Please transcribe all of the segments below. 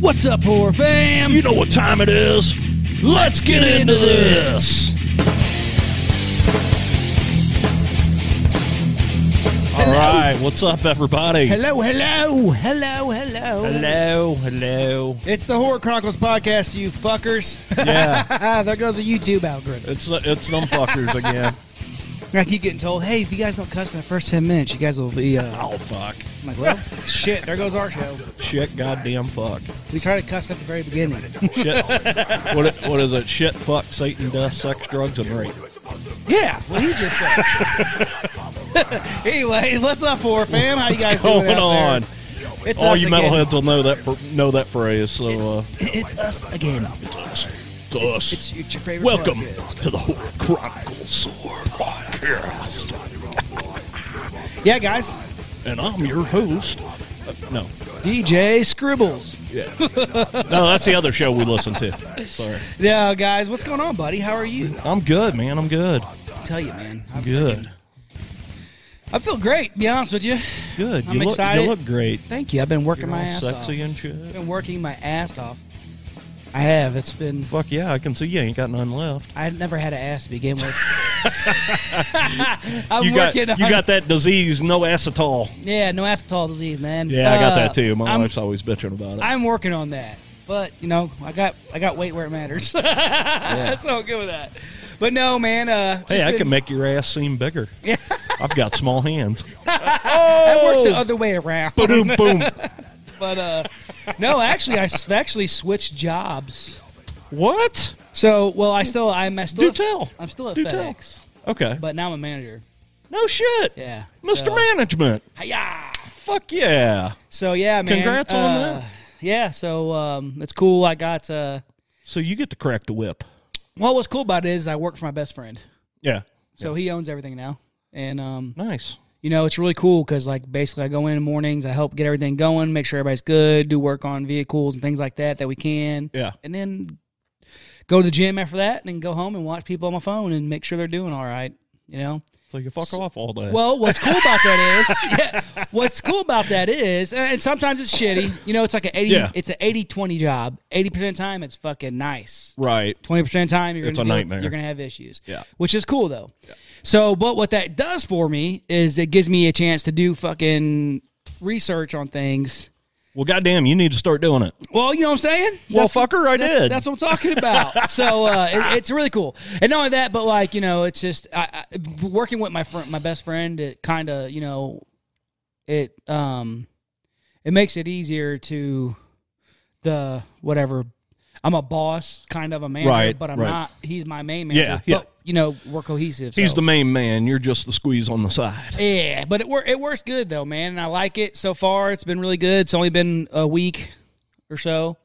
What's up, horror fam? You know what time it is. Let's get into this. All right, what's up, everybody? Hello, hello, hello, hello. hello. hello. It's the Horror Chronicles podcast, you fuckers. Yeah, there goes a YouTube algorithm. it's it's them fuckers again. I keep getting told, hey, if you guys don't cuss in the first 10 minutes, you guys will be. Uh, Oh fuck! I'm like, well, shit, there goes our show. Shit, goddamn fuck! We started cussing at the very beginning. Shit. what it- what is it? Shit, fuck, Satan, death, sex, drugs, and rape. yeah, what he just said. anyway, what's up, horror fam? How you guys doing? Going out on. there? It's All us you again. metalheads will know that for, know that phrase. So uh, It's us again. to us. It's, it's your favorite. Welcome podcast. to the Horror Chronicles podcast, Yeah, guys. and I'm your host. Uh, no, DJ Scribbles. yeah, no, that's the other show we listen to. Sorry, Yeah, guys, what's going on, buddy? How are you? I'm good, man. I'm good. I'll tell you, man. I'm Good, I feel great, to be honest with you. good. I'm you look, excited. you look great. Thank you. I've been working You're my all ass off. sexy and shit. I've been working my ass off. I have. It's been. Fuck yeah, I can see you ain't got none left. I never had an ass to begin with. I'm you got working. you on, got that disease, no acetol. Yeah, no acetal disease, man. Yeah, I got Uh, that too. My I'm, wife's always bitching about it. I'm working on that, but you know, I got I got weight where it matters. That's all good with that. But no, man. Uh, just hey, I been- can make your ass seem bigger. Yeah. I've got small hands. That works Oh. the other way around. Boom, boom. But uh, no, actually, I s- actually switched jobs. What? So, well, I still I'm I still Do at- tell. I'm still at Do tell. FedEx, Okay. but now I'm a manager. no shit. Yeah, Mr. So, uh, Management. hi-yah! Fuck yeah. So yeah, man. Congrats on uh, that. Yeah, so um, it's cool. I got uh, So you get to crack the whip. well, what's cool about it is I work for my best friend, Yeah. so he owns everything now. And um, Nice. you know, it's really cool because like basically I go in the mornings, I help get everything going, make sure everybody's good, do work on vehicles and things like that that we can. Yeah. and then go to the gym after that, and then go home and watch people on my phone and make sure they're doing all right. You know. So you fuck off all day. Well, what's cool about that is, yeah, what's cool about that is, and and sometimes it's shitty. You know, it's like an eighty, Yeah. it's an 80-20 job. Eighty percent of the time, it's fucking nice. right. Twenty percent of the time, you're It's gonna a deal- nightmare. You're gonna have issues. Yeah. which is cool though. So, but what that does for me is it gives me a chance to do fucking research on things. Well, goddamn, you need to start doing it. Well, you know what I'm saying? Well, That's what- fucker, I that's- did. That's what I'm talking about. so uh, it, it's really cool. And not only that, but like you know, it's just I, I, working with my friend, my best friend. It kind of you know, it um, it makes it easier to the whatever. I'm a boss, kind of a manager, Right, but I'm right. not. He's my main manager. Yeah, yeah. But you know, we're cohesive. He's so. the main man. You're just the squeeze on the side. Yeah, but it wor- it works good though, man, and I like it so far. It's been really good. It's only been a week or so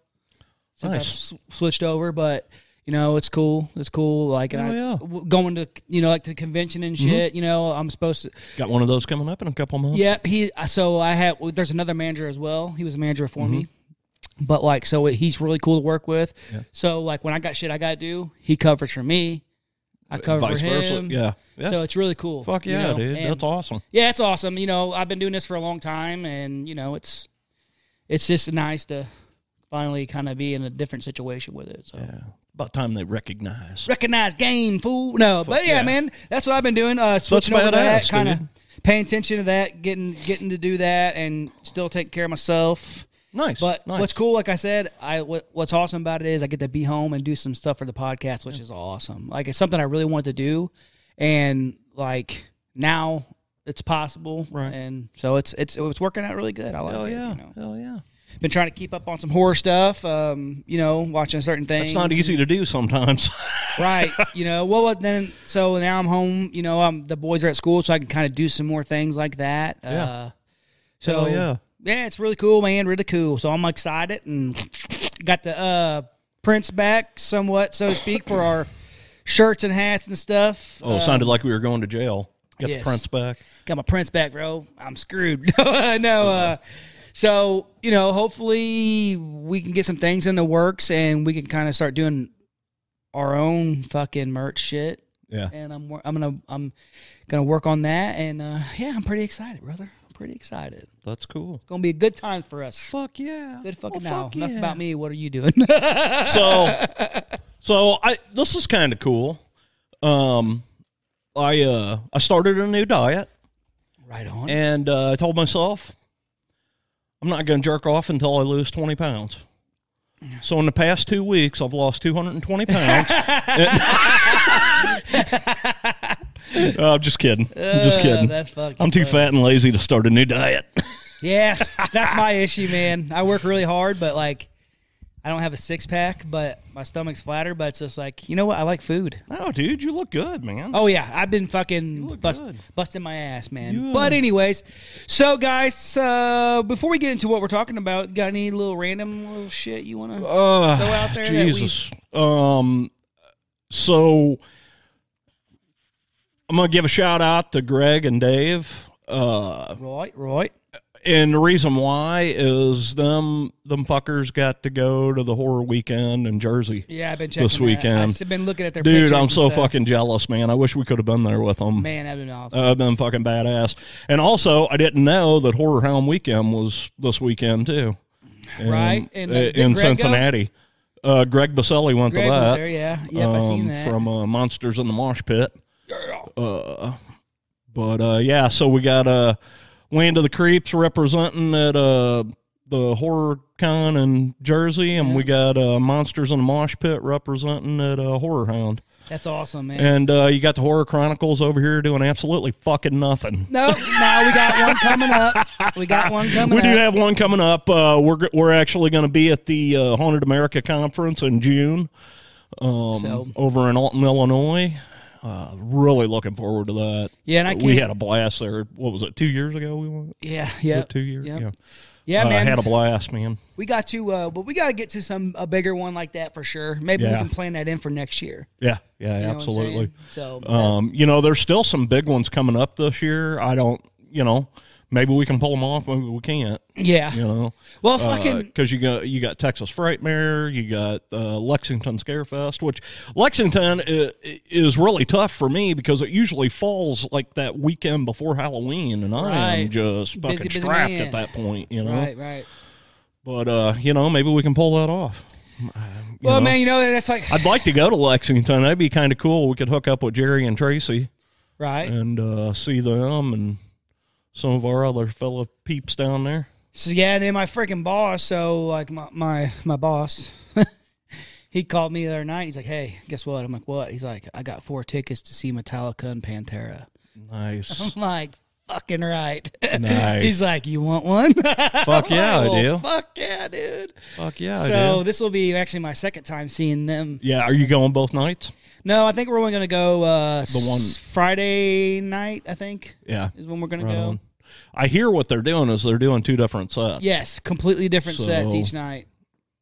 since I've Nice. sw- switched over, but you know it's cool. It's cool. Like and Oh, I, yeah. Mm-hmm. w- going to you know like the convention and shit. You know I'm supposed to. Got one of those coming up in a couple months. Yep. He so I have. well, There's another manager as well. He was a manager for me. Mm-hmm. But like so, he's really cool to work with. So like when I got shit I got to do, he covers for me. I cover Uh, Vice for versa. him. Yeah. Yeah. So it's really cool. fuck you yeah, know, dude. and- That's awesome. yeah, it's awesome. You know, I've been doing this for a long time, and you know, it's it's just nice to finally kind of be in a different situation with it. So Yeah. About time they recognize. recognize game, fool. No, but yeah, yeah. man, that's what I've been doing. Uh, switching over to that, badass, kind dude. of paying attention to that, getting getting to do that, and still taking care of myself. Nice. But nice. what's cool, like I said, I what, what's awesome about it is I get to be home and do some stuff for the podcast, which is awesome. Like it's something I really wanted to do, and like now it's possible, Right. And so it's it's it's working out really good. I like Hell it. yeah. You know? Hell yeah. Been trying to keep up on some horror stuff, um, you know, watching certain things. It's not easy to do sometimes. right? You know, well, what then so now I'm home. You know, um, the boys are at school, so I can kind of do some more things like that. Yeah. Uh, so Hell yeah. yeah, it's really cool, man. Really cool. So I'm excited and got the uh, prints back, somewhat, so to speak, for our shirts and hats and stuff. Oh, Uh, it sounded like we were going to jail. Got yes. the prints back. got my prints back, bro. I'm screwed. no, uh, so you know, hopefully we can get some things in the works and we can kind of start doing our own fucking merch shit. Yeah. and I'm wor- I'm gonna I'm gonna work on that. And uh, yeah, I'm pretty excited, brother. I'm pretty excited. It's That's cool. gonna be a good time for us. Fuck yeah. Good Well, fucking now. fuck Enough yeah. about me. What are you doing? so so I this is kind of cool. Um I uh I started a new diet right on. and uh, I told myself I'm not going to jerk off until I lose 20 pounds. So in the past 2 weeks I've lost 220 pounds. Uh, I'm just kidding. I'm just Uh, kidding. that's fucking I'm too funny. fat and lazy to start a new diet. Yeah, that's my issue, man. I work really hard, but like, I don't have a six pack, but my stomach's flatter. But it's just like, you know what? I like food. no, dude, you look good, man. Oh yeah, I've been fucking look bust, good. busting my ass, man. You, uh, But anyways, so guys, uh, before we get into what we're talking about, got any little random little shit you want to? Uh, Throw out there that we- Jesus. Um, so I'm gonna give a shout out to Greg and Dave. Uh, Right, right. and the reason why is them them fuckers got to go to the horror weekend in Jersey. Yeah, I've been checking that. weekend. I've been looking at their Dude, pictures I'm and so stuff. fucking jealous, man. I wish we could have been there with them. man. I've been awesome. I've been fucking badass. And also, I didn't know that Horror Hound Weekend was this weekend too. In- Right. And, uh, did in Greg go? Cincinnati. Uh, Greg Baselli went Greg to was that. there, yeah, yep, I seen um, that. from uh, Monsters in the Mosh Pit. Uh, But uh, yeah, so we got uh, Land of the Creeps representing at uh, the Horror Con in Jersey, and we got uh, Monsters in the Mosh Pit representing at uh, Horror Hound. That's awesome, man. And uh, you got the Horror Chronicles over here doing absolutely fucking nothing. No, no, we got one coming up. We got one coming We do up. have one coming up. Uh, we're g- we're actually going to be at the uh, Haunted America conference in June, um, So- over in Alton, Illinois. Uh, really looking forward to that. Yeah, and I we can't- had a blast there. What was it? Two years ago, we went. yeah, yeah. Two years. Yep. Yeah, Yeah, Uh, man. had a blast, man. we got to, uh, but we got to get to some a bigger one like that for sure. Maybe Yeah. we can plan that in for next year. Yeah, You yeah, know what I'm absolutely. saying? So Um, you know, there's still some big ones coming up this year. I don't, you know, maybe we can pull them off. Maybe we can't. yeah. You know. Well, fucking because Uh, you got you got Texas Frightmare, you got uh, Lexington Scarefest, which Lexington is, is really tough for me because it usually falls like that weekend before Halloween, and I am Right. just fucking busy strapped man. at that point, you know. right, right. But uh, you know, maybe we can pull that off. Uh, you Well, know. man, you know that's like I'd like to go to Lexington. That'd be kind of cool. We could hook up with Jerry and Tracy right. and uh, see them and some of our other fellow peeps down there. So yeah, and then my freaking boss. So like my my my boss, he called me the other night. He's like, "Hey, guess what?" I'm like, "What?" He's like, "I got four tickets to see Metallica and Pantera." Nice, I'm like, "Fucking right." nice. He's like, "You want one?" "Fuck yeah, I Well, do." Fuck yeah, dude. Fuck yeah, I do. so this will be actually my second time seeing them. Yeah, are you going both nights? No, I think we're only gonna go uh, the one- Friday night. I think Yeah. is when we're gonna Right go. on. I hear what they're doing is they're doing two different sets. Yes, completely different sets So- each night,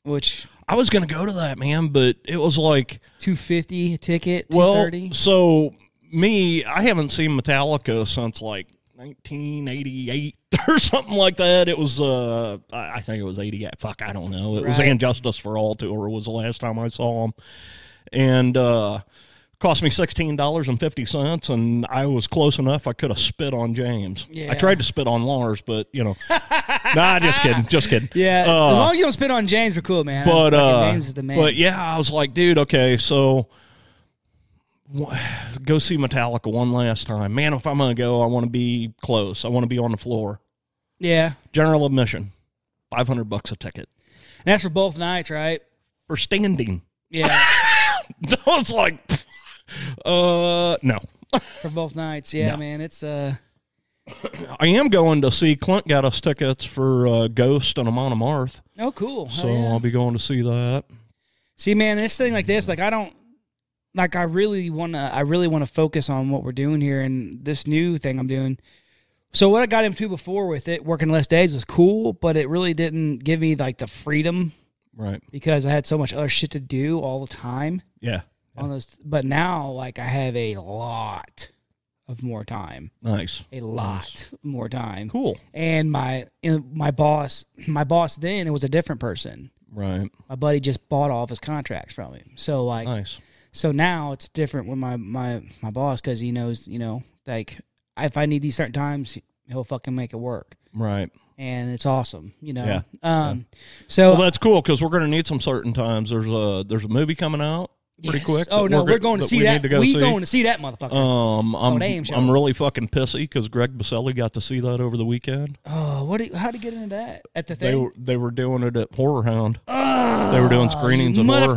which I was gonna go to that, man, but it was like two fifty ticket, two well thirty. so me, I haven't seen Metallica since like nineteen eighty eight or something like that. It was uh I I think it was eighty eight. Fuck, I don't know. It was Right. And Justice for All tour was the last time I saw them. And uh cost me sixteen dollars and fifty cents and I was close enough I could have spit on James. Yeah. I tried to spit on Lars, but you know Nah, just kidding. Just kidding. Yeah, Uh, as long as you don't spit on James, we're cool, man. but Fucking uh, James is the man. but yeah, I was like, dude, okay, so wh- go see Metallica one last time, man. If I'm gonna go, I want to be close. I want to be on the floor. yeah, General admission, five hundred bucks a ticket and that's for both nights, right? for standing. Yeah, I was like, pff, uh, no, for both nights. Yeah, No. man, it's uh, I am going to see. Clint got us tickets for uh, Ghost and Amon Amarth, oh cool. Hell so um, yeah. I'll be going to see that. See, man, this thing like this, like I don't, like I really want to, I really want to focus on what we're doing here and this new thing I'm doing. So what I got into before with it, working less days was cool, but it really didn't give me like the freedom Right? because I had so much other shit to do all the time Yeah. on those. But now, like I have a lot of more time, Nice. a lot more time. Cool. And my and my boss, my boss then it was a different person. Right. My buddy just bought all of his contracts from him. So like Nice. So now it's different with my my my boss because he knows you know like if I need these certain times he'll fucking make it work Right. and it's awesome you know Yeah. um so Well, that's cool because we're going to need some certain times. There's a there's a movie coming out pretty yes. quick. oh that no we're, go- going to see we that need to go we see. going to see Oh, that motherfucker Um, I'm they ain't showing I'm it. really fucking pissy because Greg Baselli got to see that over the weekend. oh what do you, how to get into that at the They thing were they were doing it at Horror Hound, Ah, they were doing screenings you in order,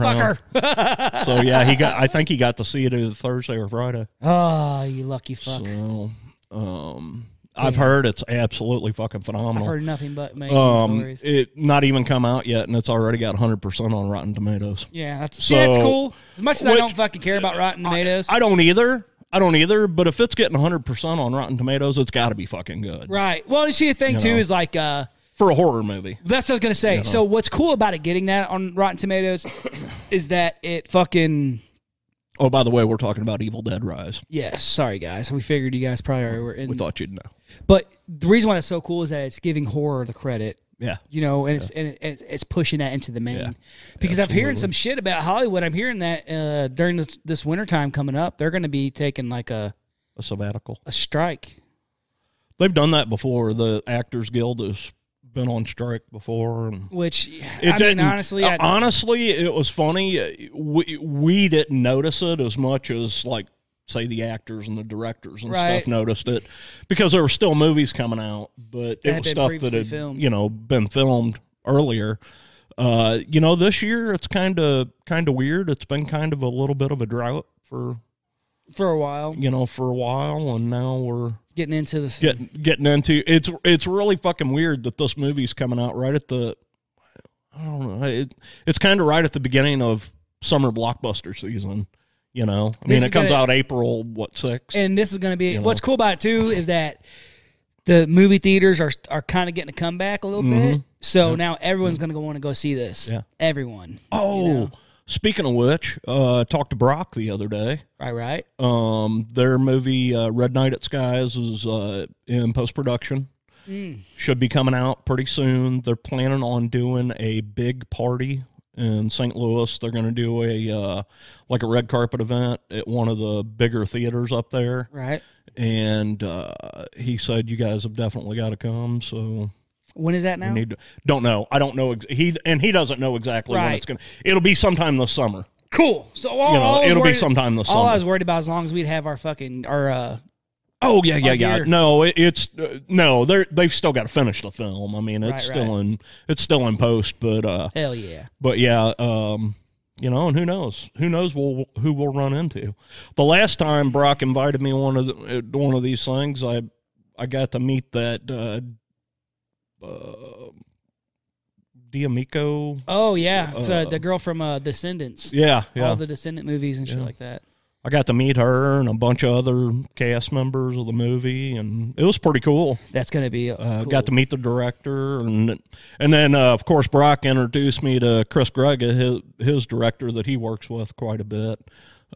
motherfucker so yeah, he got I think he got to see it either Thursday or Friday. oh you lucky fuck So, um, I've heard it's absolutely fucking I've phenomenal. heard nothing but amazing Um, stories it not even come out yet, and it's already got 100 percent on Rotten Tomatoes. yeah that's see, that's so- cool as much as I Which- don't fucking care about Rotten Tomatoes I don't either. I don't either. But if it's getting 100% on Rotten Tomatoes, it's got to be fucking good right well you see the thing too know. is like uh for a horror movie. That's what I was gonna say. So what's cool about it getting that on Rotten Tomatoes is that it fucking Oh, by the way, we're talking about Evil Dead Rise. yes. Sorry guys, we figured you guys probably already were in. We thought you'd know. but the reason why that's so cool is that it's giving horror the credit, Yeah. you know, and it's and it- and it's- it's pushing that into the main. Yeah. Because I'm hearing some shit about Hollywood. I'm hearing that uh, during this this winter time coming up, they're gonna be taking like a A sabbatical. a strike. They've done that before. The Actors Guild has been on strike before. And Which it I mean, didn't- honestly, uh, I, honestly, it was funny. We, we didn't notice it as much as like say the actors and the directors and Right. stuff noticed it because there were still movies coming out, but That it had was been stuff that previously had filmed. you know been filmed earlier. Uh, you know, this year it's kind of kind of weird. It's been kind of a little bit of a drought for for a while, you know for a while, and now we're getting into this. getting getting into it's it's really fucking weird that this movie's coming out right at the I don't know it, it's kind of right at the beginning of summer blockbuster season. You know, I This mean, is it comes gonna- out April what six? and this is going to be You know? what's cool about it too is that the movie theaters are are kind of getting a comeback a little bit. So now everyone's going to want to go see this. Mm-hmm. Yeah. Everyone. oh, you know? speaking of which, uh, I talked to Brock the other day. Right, right. Um, their movie uh, Red Night at Skies is uh, in post production. Mm. Should be coming out pretty soon. They're planning on doing a big party in St. Louis. They're going to do a uh, like a red carpet event at one of the bigger theaters up there. Right. And uh, he said, "You guys have definitely got to come." So When is that now? we need to, don't know. I don't know. Ex- he and he doesn't know exactly when Right. it's going. to It'll be sometime this summer. cool. So all, You know, all I was it'll be worried- sometime this All summer. I was worried about as long as we'd have our fucking our uh Oh yeah, yeah, on yeah. your- No, it, it's uh, no. They are they've still got to finish the film. I mean, it's Right, still in it's still in post, but uh, hell yeah. but yeah, um, you know, and who knows? Who knows? We'll, who we'll run into. The last time Brock invited me one of the, uh, one of these things, I I got to meet that uh, uh, D'Amico. Oh yeah. So Uh, the girl from uh Descendants. Yeah, yeah. All the Descendant movies and shit Yeah. like that. I got to meet her and a bunch of other cast members of the movie, and it was pretty cool. That's gonna be uh, Uh, cool. Got to meet the director, and and then uh, of course Brock introduced me to Chris Gregg, his, his director that he works with quite a bit.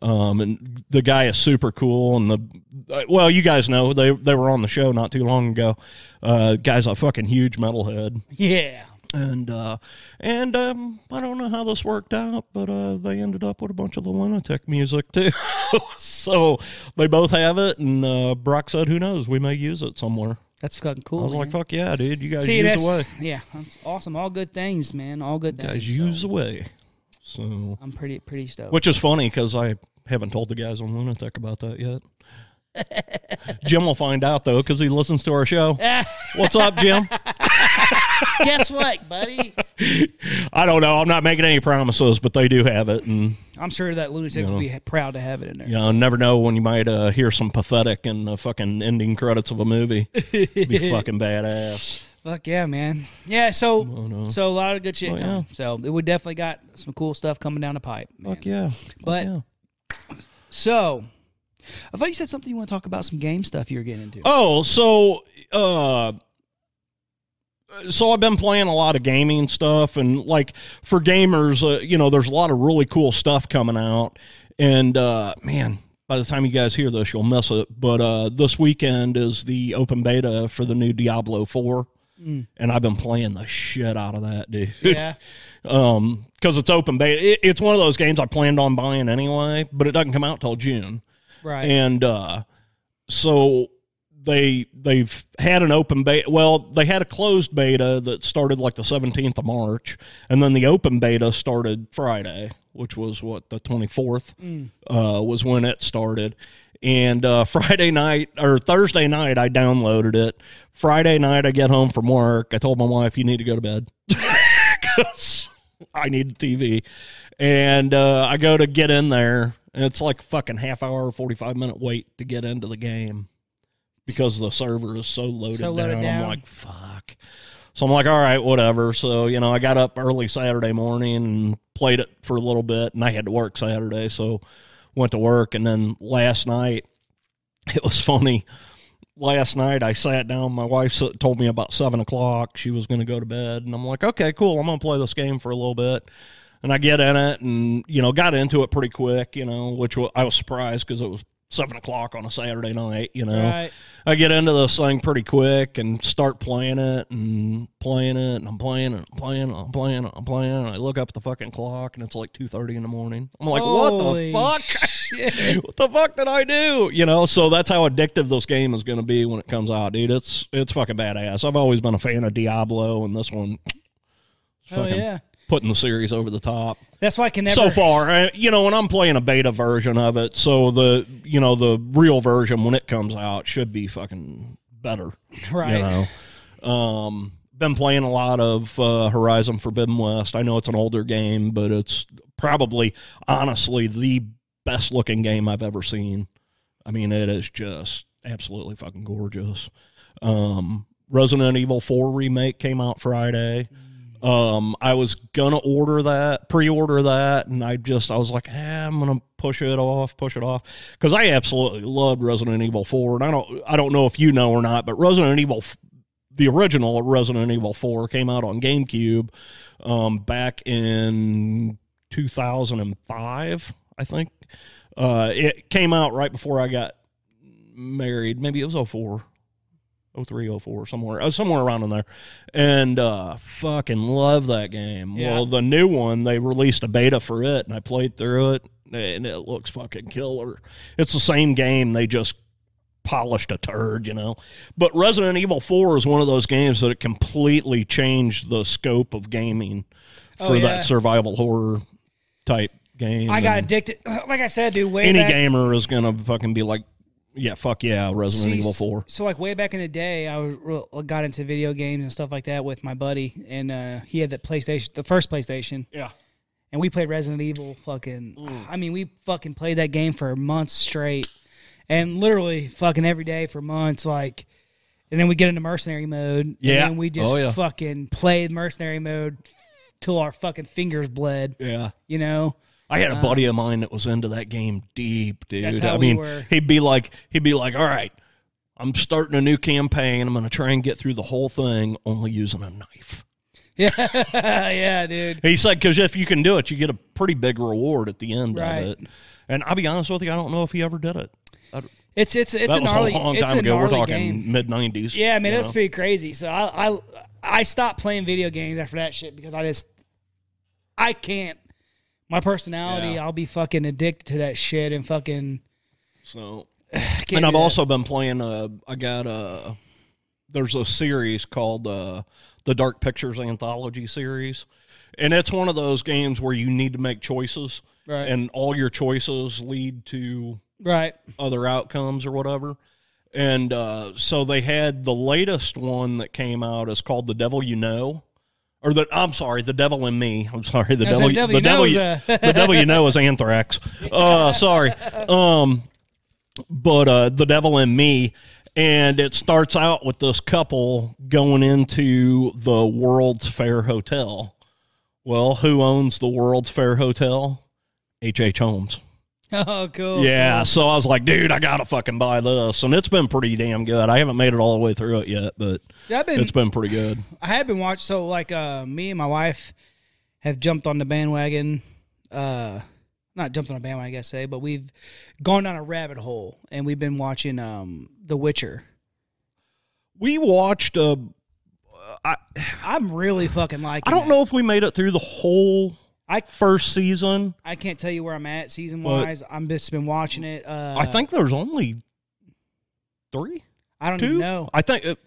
Um, and the guy is super cool, and the uh, well, you guys know they they were on the show not too long ago. Uh, guy's a fucking huge metalhead, yeah. and uh, and um, I don't know how this worked out, but uh, they ended up with a bunch of the lunatic music too. so they both have it, and uh, Brock said, "Who knows? We may use it somewhere." That's fucking cool. I was like, man. "Fuck yeah, dude! You guys See, use that's the way, yeah, that's awesome. All good things, man. All good things. guys so use the way." So, I'm pretty pretty stoked. which is funny because I haven't told the guys on Lunatic about that yet. Jim will find out though because he listens to our show. What's up, Jim? Guess what, buddy? I don't know. I'm not making any promises, but they do have it, and I'm sure that lunatic will be proud to have it in there. you know, never know when you might uh, hear some pathetic in the fucking ending credits of a movie. be fucking badass. Fuck yeah, man. Yeah, so Oh, no. so a lot of good shit. Oh, yeah. coming. So it- we definitely got some cool stuff coming down the pipe. man. Fuck yeah. But- Fuck yeah. So I thought you said something you want to talk about some game stuff you were getting into. Oh, so uh so I've been playing a lot of gaming stuff and like for gamers, uh, you know, there's a lot of really cool stuff coming out and uh man, by the time you guys hear this, you'll miss it. But uh this weekend is the open beta for the new Diablo 4. and I've been playing the shit out of that, dude. Mm. Yeah. um, because it's open beta. It, it's one of those games I planned on buying anyway, but it doesn't come out till June. Right. And uh, so they they've had an open beta. Well, they had a closed beta that started like the seventeenth of March, and then the open beta started Friday, which was what the twenty fourth uh, was when it started. And uh, Friday night or Thursday night, I downloaded it. Friday night, I get home from work. I told my wife, "You need to go to bed." 'Cause I need a TV. And uh, I go to get in there, and it's like fucking half hour, 45 minute wait to get into the game because the server is so loaded, So loaded down. down. I'm like, fuck. So I'm like, all right, whatever. So, you know, I got up early Saturday morning and played it for a little bit, and I had to work Saturday. So went to work. And then last night, it was funny. Last night I sat down. My wife s- told me about seven o'clock she was going to go to bed, and I'm like, okay, cool. I'm going to play this game for a little bit, and I get in it, and you know, got into it pretty quick, you know, which wa- I was surprised because it was seven o'clock on a Saturday night, you know. right. I get into this thing pretty quick and start playing it and playing it and I'm playing and I'm playing and I'm playing and I'm playing and I look up at the fucking clock and it's like two thirty in the morning. I'm like, Holy what the fuck? what the fuck did I do? You know, so that's how addictive this game is going to be when it comes out, dude. It's it's fucking badass. I've always been a fan of Diablo and this one, it's Hell fucking yeah. putting the series over the top That's why I can never. so far I- you know and i'm playing a beta version of it so the you know the real version when it comes out should be fucking better Right. you know um been playing a lot of uh, horizon forbidden west i know it's an older game but it's probably honestly the best looking game i've ever seen i mean it is just absolutely fucking gorgeous um resident evil 4 remake came out friday um, I was gonna order that, pre-order that, and I just I was like, eh, I'm gonna push it off, push it off, because I absolutely loved Resident Evil Four, and I don't I don't know if you know or not, but Resident Evil, f- the original Resident Evil Four came out on GameCube, um, back in 2005, I think. Uh, it came out right before I got married. Maybe it was 04. 03, 04, somewhere, uh, somewhere around in there. And uh, fucking love that game. Yeah. Well, the new one, they released a beta for it, and I played through it, and it looks fucking killer. It's the same game, they just polished a turd, you know. But Resident Evil 4 is one of those games that it completely changed the scope of gaming Oh, for yeah. that survival horror type game. I got And addicted. Like I said, dude, way any back, gamer is gonna fucking be like, yeah, fuck yeah, Resident See, Evil Four. So like way back in the day, I was real- uh, got into video games and stuff like that with my buddy, and uh, he had that PlayStation, the first PlayStation, Yeah, and we played Resident Evil. Fucking, Mm. I mean, we fucking played that game for months straight, and literally fucking every day for months. Like, and then we get into mercenary mode. Yeah. and then we just Oh, yeah. fucking played mercenary mode till our fucking fingers bled. yeah. You know, I had a buddy of mine that was into that game deep, dude. Uh, That's how I we mean, were. he'd be like, he'd be like, all right, I'm starting a new campaign. I'm gonna try and get through the whole thing only using a knife. yeah, yeah, dude. He said, because if you can do it, you get a pretty big reward at the end Right. of it. And I'll be honest with you, I don't know if he ever did it. I- It's it's it's a that was gnarly, a long it's time a ago. We're gnarly game. talking mid '90s. Yeah, I mean, it was pretty crazy. So I, I I stopped playing video games after that shit because I just I can't. My personality, Yeah. I'll be fucking addicted to that shit and fucking. so can't and do I've that. also been playing. Uh, I got uh There's a series called uh, the Dark Pictures Anthology series, and it's one of those games where you need to make choices, Right. and all your choices lead to right. other outcomes or whatever. And uh, so they had the latest one that came out is called The Devil You Know. Or the I'm sorry, the devil in me. I'm sorry, the I was devil, like, Devil the You Know devil, is you- a- the devil you know is anthrax. Uh, sorry, um, but uh, the devil in me, and it starts out with this couple going into the World's Fair hotel. Well, who owns the World's Fair hotel? H. H. Holmes. Oh, cool. Yeah, so I was like, dude, I gotta fucking buy this, and it's been pretty damn good. I haven't made it all the way through it yet, but Yeah, I've been it's been pretty good. I have been watching. So like, uh, me and my wife have jumped on the bandwagon. Uh, not jumped on a bandwagon, I guess say, but we've gone down a rabbit hole and we've been watching um The Witcher. We watched a uh, I, I'm really fucking liking. I don't it. know if we made it through the whole I- first season. I can't tell you where I'm at season But- wise. I'm just been watching it. Uh, I think there's only three, I don't two. even know. I think it,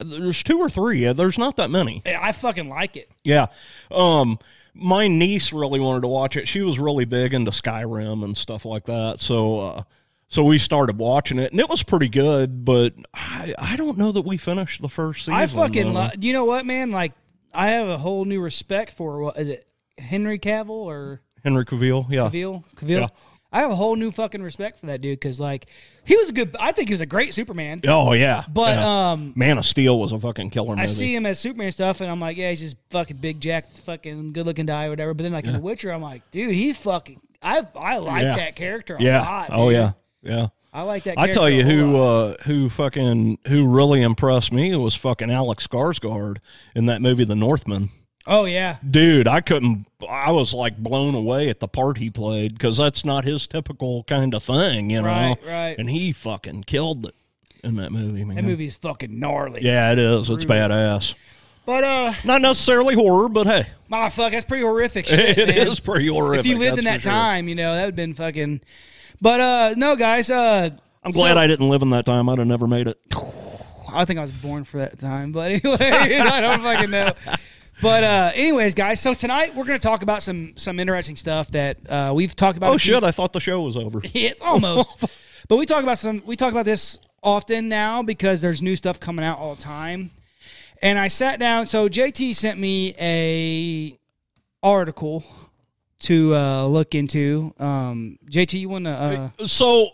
there's two or three. Yeah, there's not that many. I, I fucking like it. Yeah. Um, my niece really wanted to watch it. She was really big into Skyrim and stuff like that. So, uh, so we started watching it, and it was pretty good. But I, I don't know that we finished the first season. I fucking though. love. You know what, man? Like, I have a whole new respect for what is it, Henry Cavill or Henry Cavill. Yeah, Cavill? Cavill. Yeah. I have a whole new fucking respect for that dude because, like, he was a good. I think he was a great Superman. Oh yeah. But yeah. um, Man of Steel was a fucking killer movie. I see him as Superman and stuff, and I'm like, yeah, he's just fucking big, jack, fucking good looking guy, or whatever. But then, like in The Witcher, I'm like, dude, he fucking. I I like Yeah. that character a Yeah. lot. oh dude. yeah. Yeah. I like that. I character tell you a whole who lot. uh, who fucking who really impressed me was fucking Alex Skarsgård in that movie The Northman. Oh yeah, Dude, I couldn't. I was like blown away at the part he played because that's not his typical kind of thing, you know. Right, right. And he fucking killed it in that movie, man. that movie's fucking gnarly. Yeah, it is. It's badass. But uh, Not necessarily horror, but hey, my fuck, that's pretty horrific. Shit, it is man. pretty horrific. If you lived in that that's for sure. time, you know that would have been fucking. But uh, no, guys, uh, I'm glad so- Oh, I didn't live in that time. I'd have never made it. I think I was born for that time, but anyways, I don't fucking know. But uh, anyways, guys, so tonight we're gonna talk about some some interesting stuff that uh, we've talked about. Oh a few- shit! I thought the show was over. It's almost. but we talk about some. We talk about this often now because there's new stuff coming out all the time. And I sat down. So JT sent me a article to uh, look into. Um, JT, you want to? Uh, so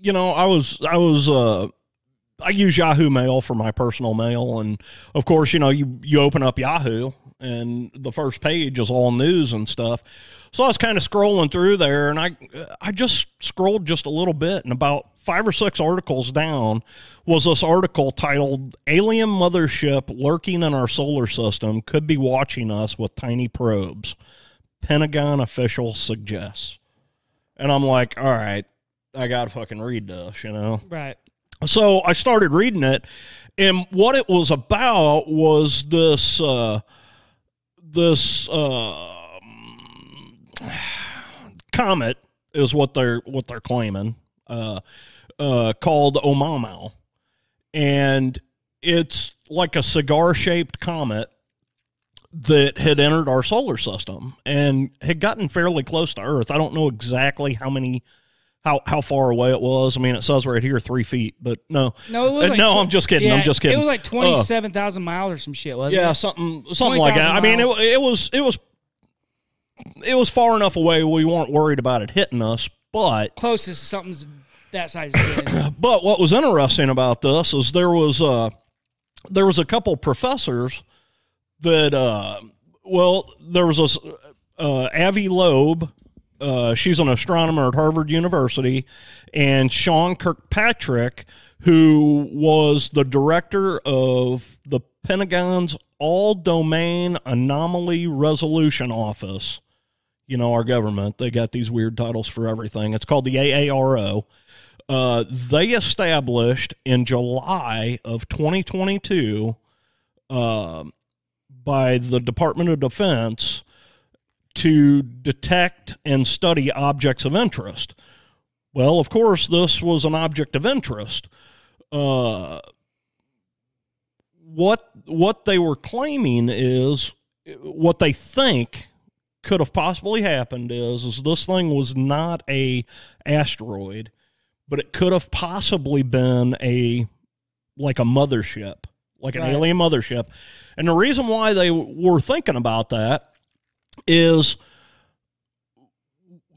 you know i was i was uh i use yahoo mail for my personal mail and of course you know you you open up yahoo and the first page is all news and stuff so i was kind of scrolling through there and i i just scrolled just a little bit and about five or six articles down was this article titled alien mothership lurking in our solar system could be watching us with tiny probes pentagon official suggests and I'm like, all right, I gotta fucking read this, you know. right. So I started reading it, and what it was about was this uh, this uh, comet is what they're what they're claiming uh, uh, called Omamo, and it's like a cigar shaped comet that had entered our solar system and had gotten fairly close to Earth. I don't know exactly how many. How, how far away it was? I mean, it says right here three feet, but no, No, it was Uh, like no. tw- I'm just kidding. I'm yeah, just kidding. It was like Uh, twenty seven thousand miles or some shit, wasn't yeah, it? something something like that. I mean, it, 20,000 it was it was it was far enough away we weren't worried about it hitting us. But Closest something's that size. as it is. but what was interesting about this is there was uh there was a couple professors that uh well there was this uh, Avi Loeb. Uh, she's an astronomer at Harvard University, and Sean Kirkpatrick, who was the director of the Pentagon's All Domain Anomaly Resolution Office. You know, our government, they got these weird titles for everything. It's called the AARO. Uh, they established in July of 2022 um by the Department of Defense to detect and study objects of interest. Well, of course, this was an object of interest. Uh, what what they were claiming is what they think could have possibly happened is is this thing was not a asteroid, but it could have possibly been a like a mothership, like an Right. alien mothership. And the reason why they were thinking about that is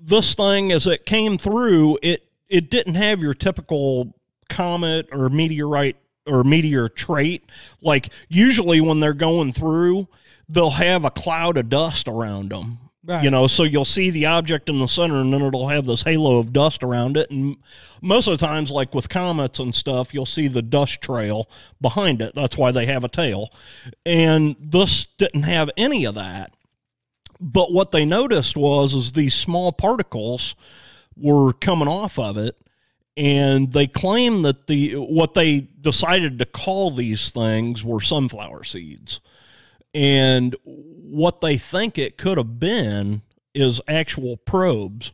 this thing as it came through it it didn't have your typical comet or meteorite or meteor trait like usually when they're going through they'll have a cloud of dust around them Right. you know so you'll see the object in the center and then it'll have this halo of dust around it and most of the times like with comets and stuff you'll see the dust trail behind it that's why they have a tail and this didn't have any of that but what they noticed was is these small particles were coming off of it and they claim that the what they decided to call these things were sunflower seeds and what they think it could have been is actual probes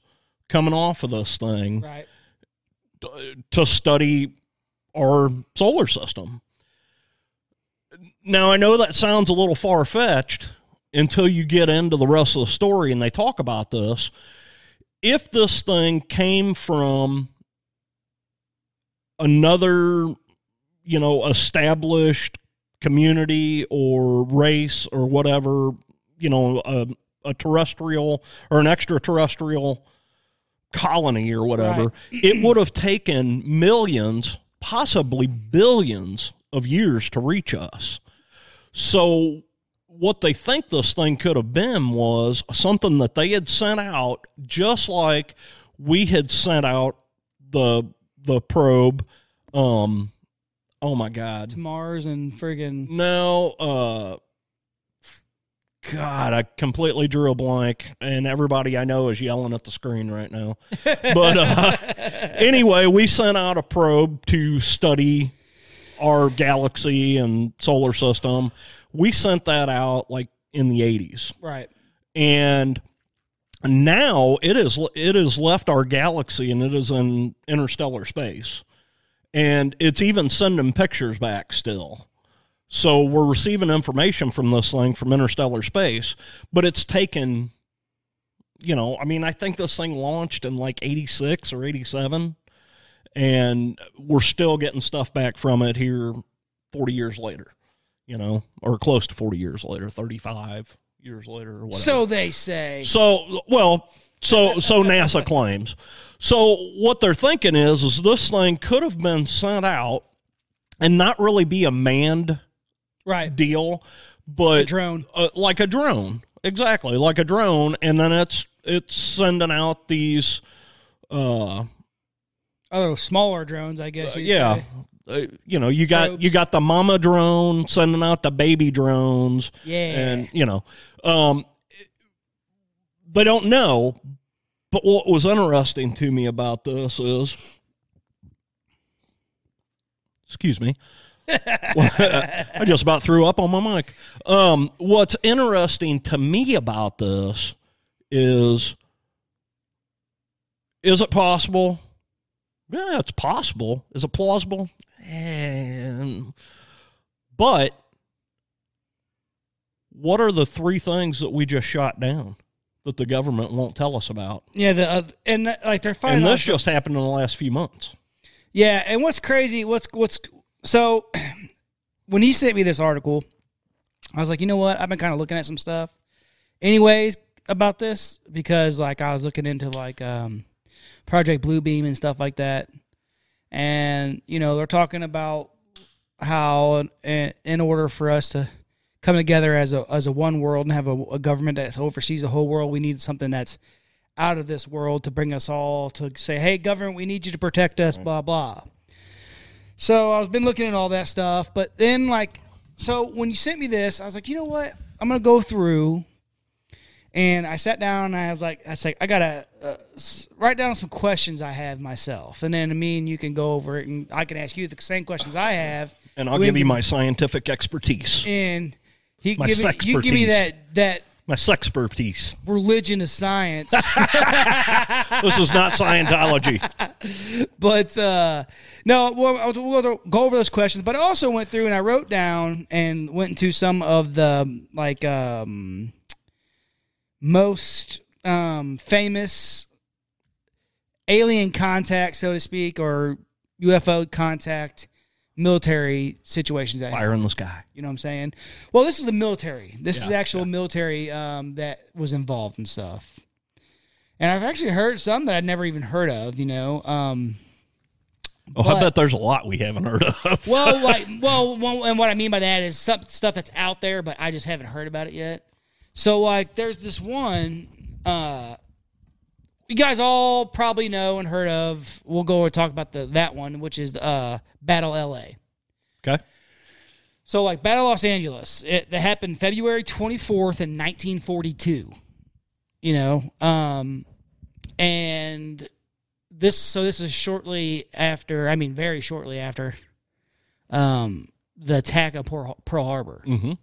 coming off of this thing Right. to study our solar system. Now, I know that sounds a little far fetched until you get into the rest of the story and they talk about this. If this thing came from another, you know, established community or race or whatever, you know, a, a terrestrial or an extraterrestrial colony or whatever, Right. it would have taken millions, possibly billions of years to reach us. So, what they think this thing could have been was something that they had sent out, just like we had sent out the the probe. Um, oh my God, To Mars and friggin' no, uh, God, I completely drew a blank, and everybody I know is yelling at the screen right now. But uh, anyway, we sent out a probe to study our galaxy and solar system. We sent that out like in the 80s right. and now it is it has left our galaxy and it is in interstellar space and it's even sending pictures back still so we're receiving information from this thing from interstellar space but it's taken you know i mean i think this thing launched in like 86 or 87 and we're still getting stuff back from it here 40 years later you know or close to 40 years later 35 years later or whatever So they say. so, well, so so NASA claims. So what they're thinking is is this thing could have been sent out and not really be a manned Right. deal, but Drone. uh, like a drone, exactly like a drone, and then it's it's sending out these, uh, Other Oh, smaller drones, I guess. you'd yeah. say. Uh, you know, you got Probes. you got the mama drone sending out the baby drones, Yeah. and you know um they don't know but what was interesting to me about this is excuse me i just about threw up on my mic um what's interesting to me about this is is it possible yeah it's possible is it plausible and but what are the three things that we just shot down that the government won't tell us about? Yeah. The uh, and uh, like they're finding And out this just happened in the last few months. Yeah, and what's crazy? What's what's so? When he sent me this article, I was like, you know what? I've been kind of looking at some stuff, anyways, about this because like I was looking into like um, Project Bluebeam and stuff like that, and you know they're talking about how in, in order for us to come together as a as a one world and have a, a government that oversees the whole world, we need something that's out of this world to bring us all to say, hey, government, we need you to protect us, blah, blah. So I was been looking at all that stuff, but then like, so when you sent me this, I was like, you know what? I'm gonna go through, and I sat down and I was like, I said, I gotta uh, s- write down some questions I have myself, and then me and you can go over it, and I can ask you the same questions I have, And I'll We give you can- my scientific expertise, and he My give me, you give me sexpertise. that that my sexpertise. religion of science. This is not Scientology. But uh, no, well, I was- we'll go- go over those questions. But I also went through and I wrote down and went into some of the like um, most um, famous alien contact, so to speak, or UFO contact military situations that Fire in the sky. you know what I'm saying? Well, this is the military. This is actual military um, that was involved and stuff. And I've actually heard some that I'd never even heard of. You know, um, Oh, But- I bet there's a lot we haven't heard of. well, like, well, well, and what I mean by that is some stuff that's out there, but I just haven't heard about it yet. So, like, there's this one. Uh, you guys all probably know and heard of. We'll go and talk about the that one, which is uh, Battle LA. Okay. So, like Battle of Los Angeles, it that happened February 24th in 1942. You know, um, and this so this is shortly after. I mean, very shortly after, um, the attack of Pearl Pearl Harbor. Mm-hmm.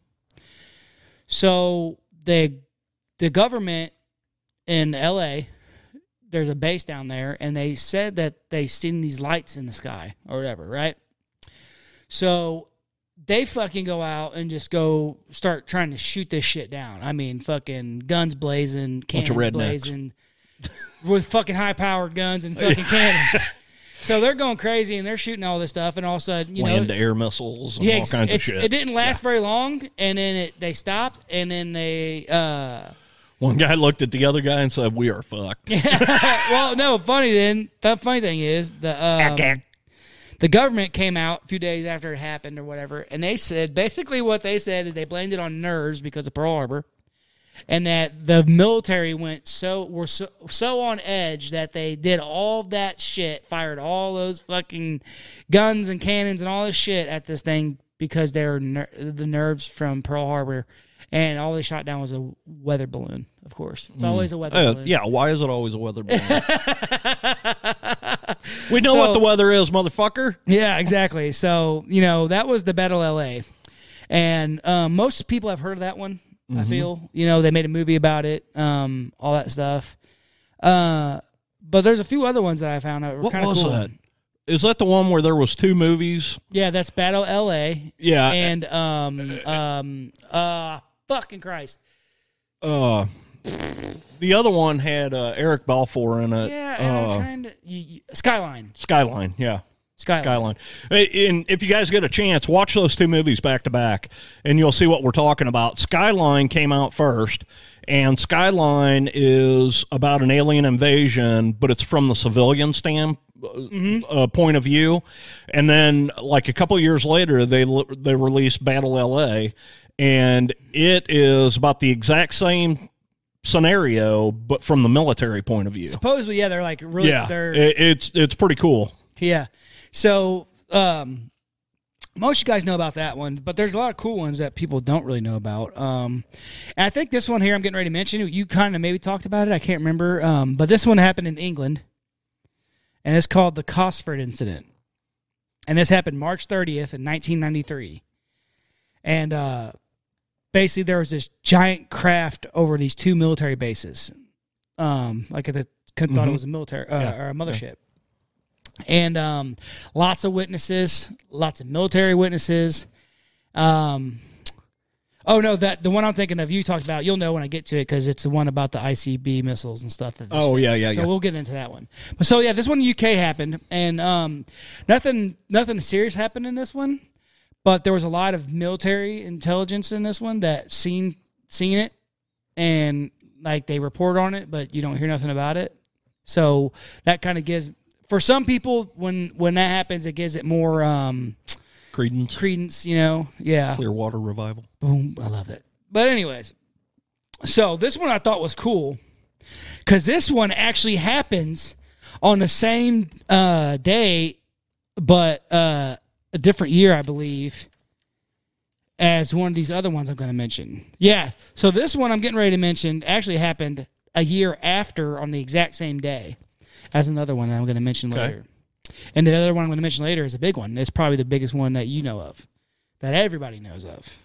So the the government in L.A. There's a base down there, and they said that they seen these lights in the sky or whatever, right? So they fucking go out and just go start trying to shoot this shit down. I mean, fucking guns blazing, Bunch cannons of rednecks. blazing, with fucking high powered guns and fucking cannons. So they're going crazy and they're shooting all this stuff, and all of a sudden, you know, Land to air missiles and yeah, all it's- kinds of it's- shit. It didn't last very long, and then it they stopped, and then they. uh One guy looked at the other guy and said, "We are fucked." Well, no, funny then. The funny thing is the um, the government came out a few days after it happened or whatever, and they said basically what they said is they blamed it on nerves because of Pearl Harbor, and that the military went so were so, so on edge that they did all that shit, fired all those fucking guns and cannons and all this shit at this thing because they were ner- the nerves from Pearl Harbor. And all they shot down was a weather balloon, of course. It's always a weather Uh, balloon. yeah, why is it always a weather balloon? we know what So- the weather is, motherfucker. Yeah, exactly. So you know that was the Battle LA, and um, most people have heard of that one. Mm-hmm. I feel you know they made a movie about it, um, all that stuff. Uh, but there's a few other ones that I found out were What kind of was cool. that? Is that the one where there was two movies? Yeah, that's Battle LA, Yeah. and um, um, uh, fucking Christ, uh, the other one had uh, Eric Balfour in it. yeah. And uh, I'm trying to you, you- Skyline, Skyline, yeah. Skyline. Skyline. Hey, And if you guys get a chance, watch those two movies back to back, and you'll see what we're talking about. Skyline came out first, and Skyline is about an alien invasion, but it's from the civilian stand uh, point of view. And then, like a couple years later, they l- they released Battle L.A., and it is about the exact same scenario, but from the military point of view. Supposedly, yeah, they're like really, Yeah, they're it- it's it's pretty cool. Yeah. So um, most you guys know about that one, but there's a lot of cool ones that people don't really know about. Um, and I think this one here I'm getting ready to mention. You kind of maybe talked about it. I can't remember. Um, but this one happened in England, and it's called the Cosford Incident. And this happened March 30th in 1993. And uh, basically, there was this giant craft over these two military bases. Um, like I thought it was a military uh, Yeah. or a mothership and um, lots of witnesses, lots of military witnesses. Um, oh no, that the one I'm thinking of you talked about. You'll know when I get to it because it's the one about the ICB missiles and stuff. That they Oh, sent. yeah, yeah, So yeah. we'll get into that one. But so yeah, this one in UK happened, and um, nothing nothing serious happened in this one, but there was a lot of military intelligence in this one that seen seen it and like they report on it, but you don't hear nothing about it. So that kind of gives for some people when when that happens, it gives it more um, Credence. credence. You know, yeah. Clearwater Revival. Boom, I love it. But anyways, so this one I thought was cool because this one actually happens on the same uh, day, but uh, a different year, I believe, as one of these other ones I'm going to mention. Yeah, so this one I'm getting ready to mention actually happened a year after on the exact same day as another one that I'm going to mention Okay. later. And the other one I'm going to mention later is a big one. It's probably the biggest one that you know of, that everybody knows of.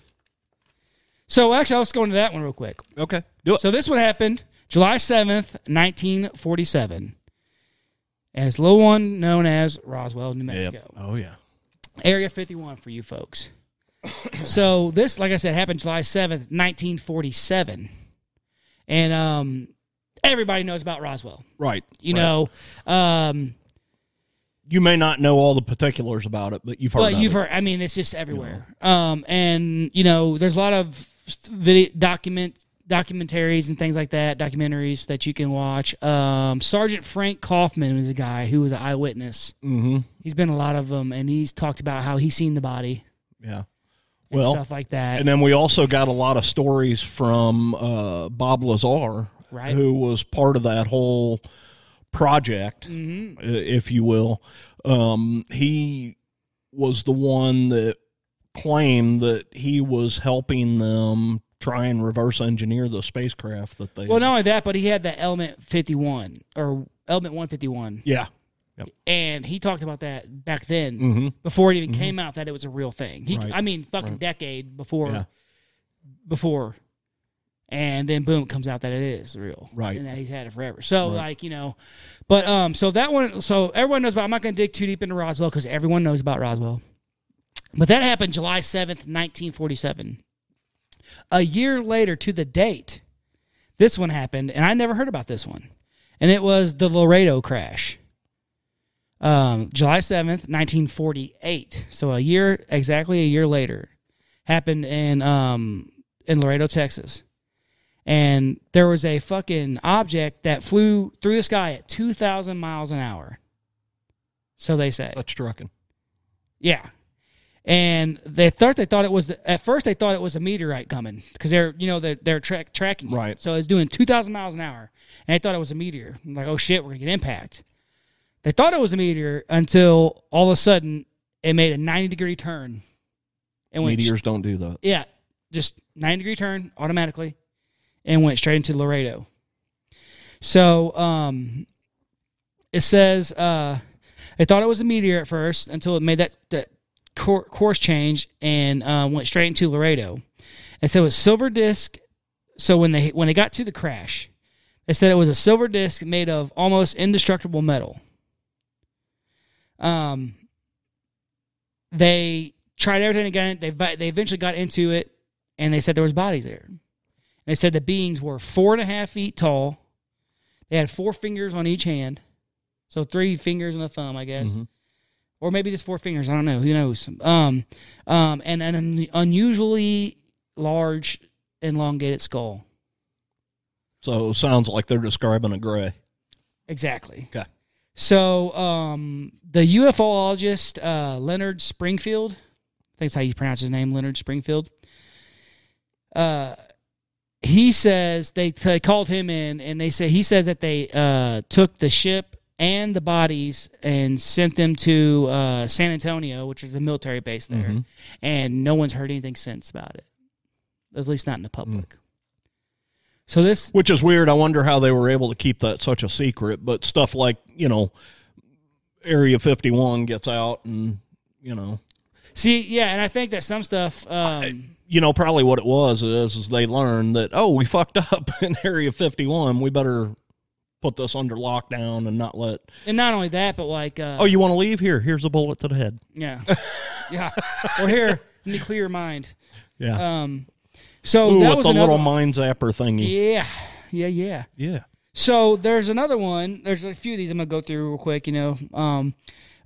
So actually, let's go into that one real quick. Okay. Do it. So this one happened July 7th, 1947. And it's a little one known as Roswell, New Mexico. Oh yeah. Area 51 for you folks. so this, like I said, happened July 7th, 1947. And um, everybody knows about Roswell. Right. You right. know, um, you may not know all the particulars about it, but you've heard. But of you've it. heard. I mean, it's just everywhere. Um, and you know, there's a lot of video document documentaries and things like that, documentaries that you can watch. Um, Sergeant Frank Kaufman is a guy who was an eyewitness. Mhm. He's been in a lot of them, and he's talked about how he's seen the body Yeah. and Well, stuff like that. and then we also got a lot of stories from uh, Bob Lazar, Right. who was part of that whole project, Mm-hmm. i- if you will. Um, he was the one that claimed that he was helping them try and reverse engineer the spacecraft that they. well, not only that, but he had the Element 51 or Element 151. Yeah. Yep. And he talked about that back then, Mm-hmm. before it even came out, that it was a real thing. He, Right. I mean, fucking Right. decade before, Yeah. before, and then boom, it comes out that it is real, Right. And that he's had it forever. So Right. like you know, but um, so that one, so everyone knows about. I'm not going to dig too deep into Roswell because everyone knows about Roswell. But that happened July 7th, 1947. A year later to the date, this one happened, and I never heard about this one. And it was the Laredo crash. Um, July 7th, 1948. So a year, exactly a year later, happened in, um, in Laredo, Texas. And there was a fucking object that flew through the sky at 2,000 miles an hour. So they say. That's trucking. Yeah. And they thought they thought it was at first they thought it was a meteorite coming because they're you know they're they're track tracking it. Right. So it's doing two thousand miles an hour, and they thought it was a meteor. I'm like oh shit, we're gonna get impact. They thought it was a meteor until all of a sudden it made a ninety degree turn, and went Meteors don't do that. yeah, just 90 degree turn automatically and went straight into Laredo. So um, it says uh, they thought it was a meteor at first until it made that, that cour- course change and uh, went straight into Laredo. And so it was silver disc. So when they when they got to the crash, they said it was a silver disc made of almost indestructible metal. Um, they tried everything again. They vi- they eventually got into it, and they said there was bodies there. They said the beings were four and a half feet tall. They had four fingers on each hand, so three fingers and a thumb, I guess, Mhm. or maybe just four fingers. I don't know. Who knows? Um, um, and an un- unusually large, elongated skull. So it sounds like they're describing a gray. Exactly. Okay. So um, the ufologist uh, Leonard Springfield, I think that's how you pronounce his name, Leonard Springfield. Uh, he says they, they called him in, and they say he says that they uh, took the ship and the bodies and sent them to uh, San Antonio, which is a military base there, Mhm. and no one's heard anything since about it, at least not in the public. So this Which is weird. I wonder how they were able to keep that such a secret. But stuff like, you know, Area 51 gets out and, you know, See, yeah, and I think that some stuff. Um, you know, probably what it was is, is they learned that, oh, we fucked up in Area 51. We better put this under lockdown and not let, and not only that, but like, uh, oh, you want to leave? Here, here's a bullet to the head. yeah, yeah. Or here, let me clear your mind. Yeah. Um, so Ooh, that with was the another. little mind zapper thingy. yeah, yeah, yeah. Yeah. So there's another one. There's a few of these I'm gonna go through real quick. You know, um,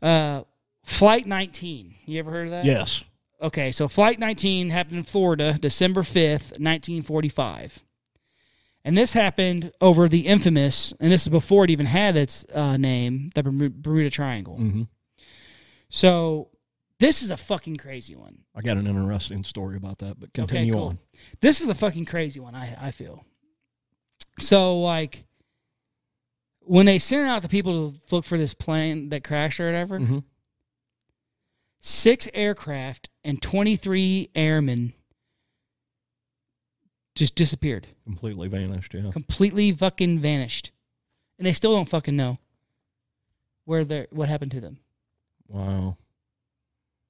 uh, Flight 19. You ever heard of that? Yes. Okay, so Flight 19 happened in Florida, December 5th, 1945. And this happened over the infamous, and this is before it even had its uh, name, the Bermu- Bermuda Triangle. Mhm. So this is a fucking crazy one. I got an interesting story about that, but continue on. This is a fucking crazy one. I I feel. So like, when they sent out the people to look for this plane that crashed or whatever, Mhm. six aircraft and twenty three airmen just disappeared, Completely vanished. Yeah. completely fucking vanished, and they still don't fucking know where they are what happened to them, Wow.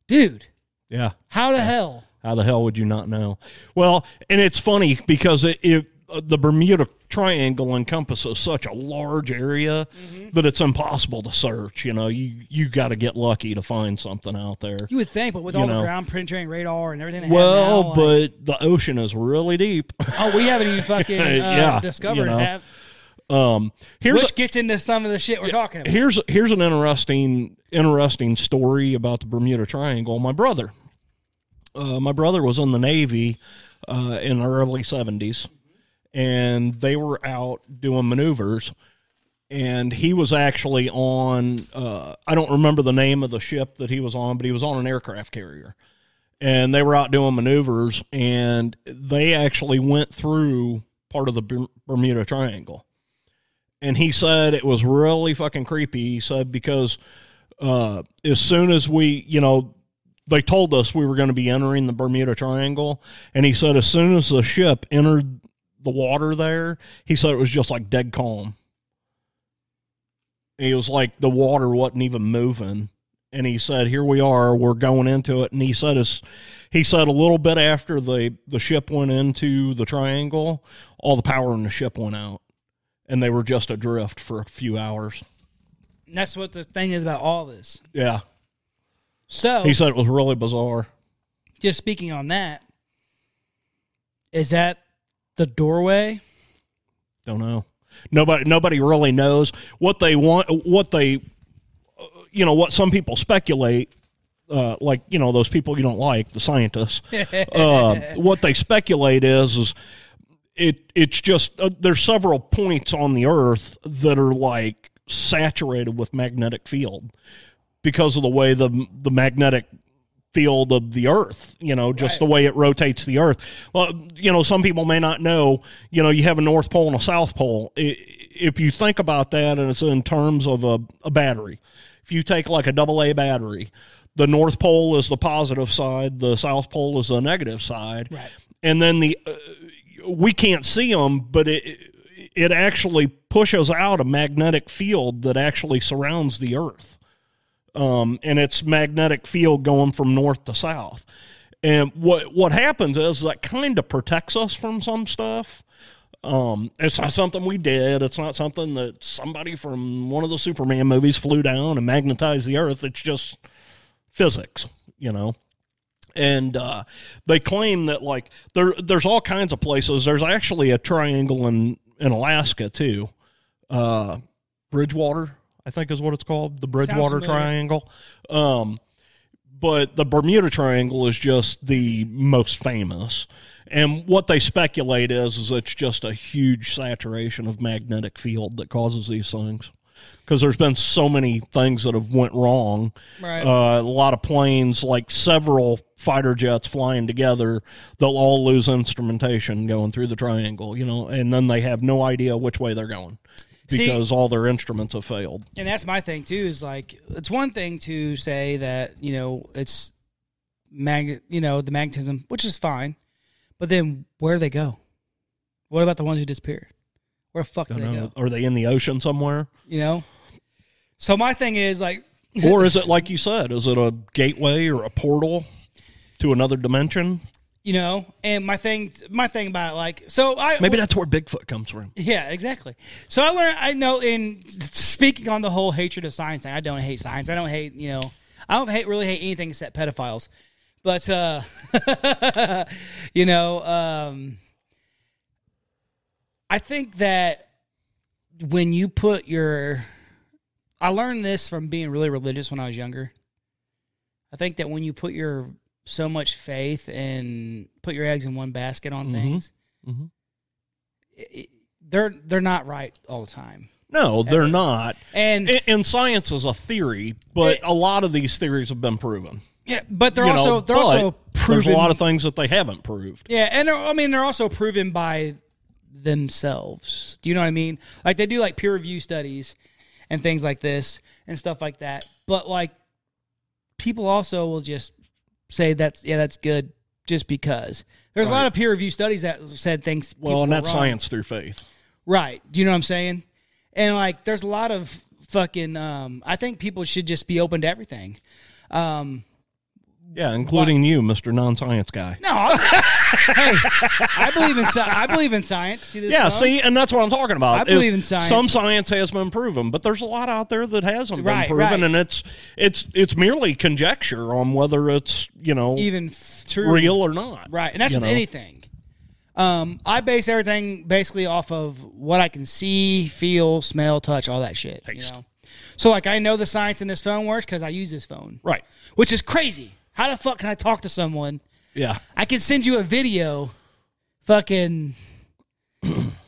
dude. Yeah. How the hell? How the hell would you not know? Well, and it's funny because it, it uh, the Bermuda Triangle encompasses such a large area that it's impossible to search. You know, you you got to get lucky to find something out there. You would think, but with You all know. the ground penetrating radar and everything, they have now, Well, like- but the ocean is really deep. Oh, we haven't even fucking uh, Yeah, discovered you know. that, Um, here's which gets into some of the shit we're talking about. here's here's an interesting interesting story about the Bermuda Triangle. My brother, uh, my brother was in the Navy uh, in the early seventies, and they were out doing maneuvers, and he was actually on. Uh, I don't remember the name of the ship that he was on, but he was on an aircraft carrier, and they were out doing maneuvers, and they actually went through part of the Ber- Bermuda Triangle and he said it was really fucking creepy. He said because uh, as soon as we, you know, they told us we were going to be entering the Bermuda Triangle, and he said as soon as the ship entered the water there, he said it was just like dead calm. It was like the water wasn't even moving. And he said, "Here we are. We're going into it." And he said, "As he said, a little bit after the the ship went into the triangle, all the power in the ship went out, and they were just adrift for a few hours." And that's what the thing is about all this. Yeah, So he said it was really bizarre. just speaking on that, is that the doorway? Don't know. Nobody nobody really knows what they want. What they, uh, you know, what some people speculate, uh, like you know those people you don't like, the scientists. uh, what they speculate is is it it's just uh, there's several points on the Earth that are like saturated with magnetic field because of the way the the magnetic field of the earth you know just the way it rotates the earth well you know some people may not know you know you have a north pole and a south pole I- if you think about that and it's in terms of a, a battery if you take like a double a battery the north pole is the positive side the south pole is the negative side Right. and then the uh, we can't see them but it it actually pushes out a magnetic field that actually surrounds the earth um, and its magnetic field going from north to south. And what what happens is that kind of protects us from some stuff. Um, it's not something we did. It's not something that somebody from one of the Superman movies flew down and magnetized the Earth. It's just physics, you know. And uh, they claim that like there there's all kinds of places. There's actually a triangle in in Alaska too. Uh, Bridgewater, I think is what it's called, the Bridgewater familiar. Triangle. Um, but the Bermuda Triangle is just the most famous. And what they speculate is, is it's just a huge saturation of magnetic field that causes these things. Because there's been so many things that have went wrong. Right. Uh, a lot of planes, like several fighter jets flying together, they'll all lose instrumentation going through the triangle, you know, and then they have no idea which way they're going See- because all their instruments have failed. and that's my thing too is like it's one thing to say that you know it's mag you know the magnetism which is fine but then where do they go what about the ones who disappeared where the fuck do Don't they know, go Are they in the ocean somewhere? you know so my thing is like or is it like you said? Is it a gateway or a portal to another dimension? you know and my thing my thing about it, like so i Maybe that's where Bigfoot comes from. Yeah, exactly. So I learned. I know. In speaking on the whole hatred of science thing, I don't hate science. I don't hate. You know, I don't hate really hate anything except pedophiles. But uh, you know, um, I think that when you put your, I learned this from being really religious when I was younger. I think that when you put your so much faith and put your eggs in one basket on Mhm. things Mhm. it- they're they're not right all the time. No, they're not. And And, and science is a theory, but a lot of these theories have been proven. yeah, but they're You also know, they're but also proven. There's a lot of things that they haven't proved. yeah, and they're, I mean they're also proven by themselves. Do you know what I mean? Like they do like peer review studies and things like this and stuff like that. But like people also will just say that's yeah that's good just because there's a lot Right. of peer review studies that said things. people Well, and were that's wrong. science through faith. Right. Do you know what I'm saying? And like, there's a lot of fucking. Um, I think people should just be open to everything. Um, Yeah, including you, Mister Non-Science Guy. no, I, hey, I believe in sci- I believe in science. See this Yeah, phone? see, and that's what I'm talking about. I is believe in science. Some science has been proven, but there's a lot out there that hasn't Right, been proven, right. and it's it's it's merely conjecture on whether it's you know even f- true real or not. Right, and that's you with know? anything. Um, I base everything basically off of what I can see, feel, smell, touch, all that shit. You Taste. know? So like, I know the science in this phone works because I use this phone, Right. which is crazy. How the fuck can I talk to someone Yeah. I can send you a video, fucking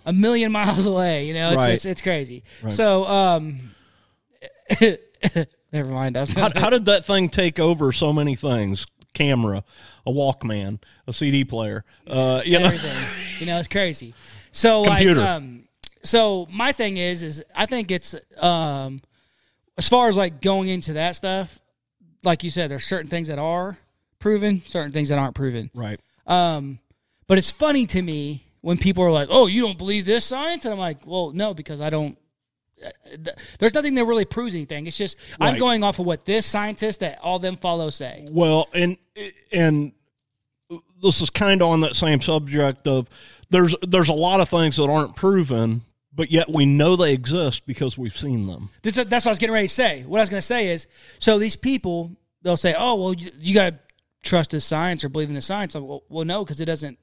a million miles away. You know, it's Right. it's, it's crazy. So, um, never mind. That's How, how did that thing take over so many things? Camera, a Walkman, a CD player. Uh, you know, everything. you know, it's crazy. So Computer. like, um, so my thing is, is I think it's um, as far as like going into that stuff, like you said, there's certain things that are proven, certain things that aren't proven. right. Um, but it's funny to me when people are like, "Oh, you don't believe this science," and I'm like, "Well, no, because I don't th- there's nothing that really proves anything. It's just I'm Right. going off of what this scientist that all them follow say. Well, and and this is kind of on that same subject of there's there's a lot of things that aren't proven, but yet we know they exist because we've seen them. This is- that's what I was getting ready to say. What I was going to say is, so these people they'll say, "Oh, well, you, you got to trust this science or believe in the science." I'm, well, well, no, because it doesn't,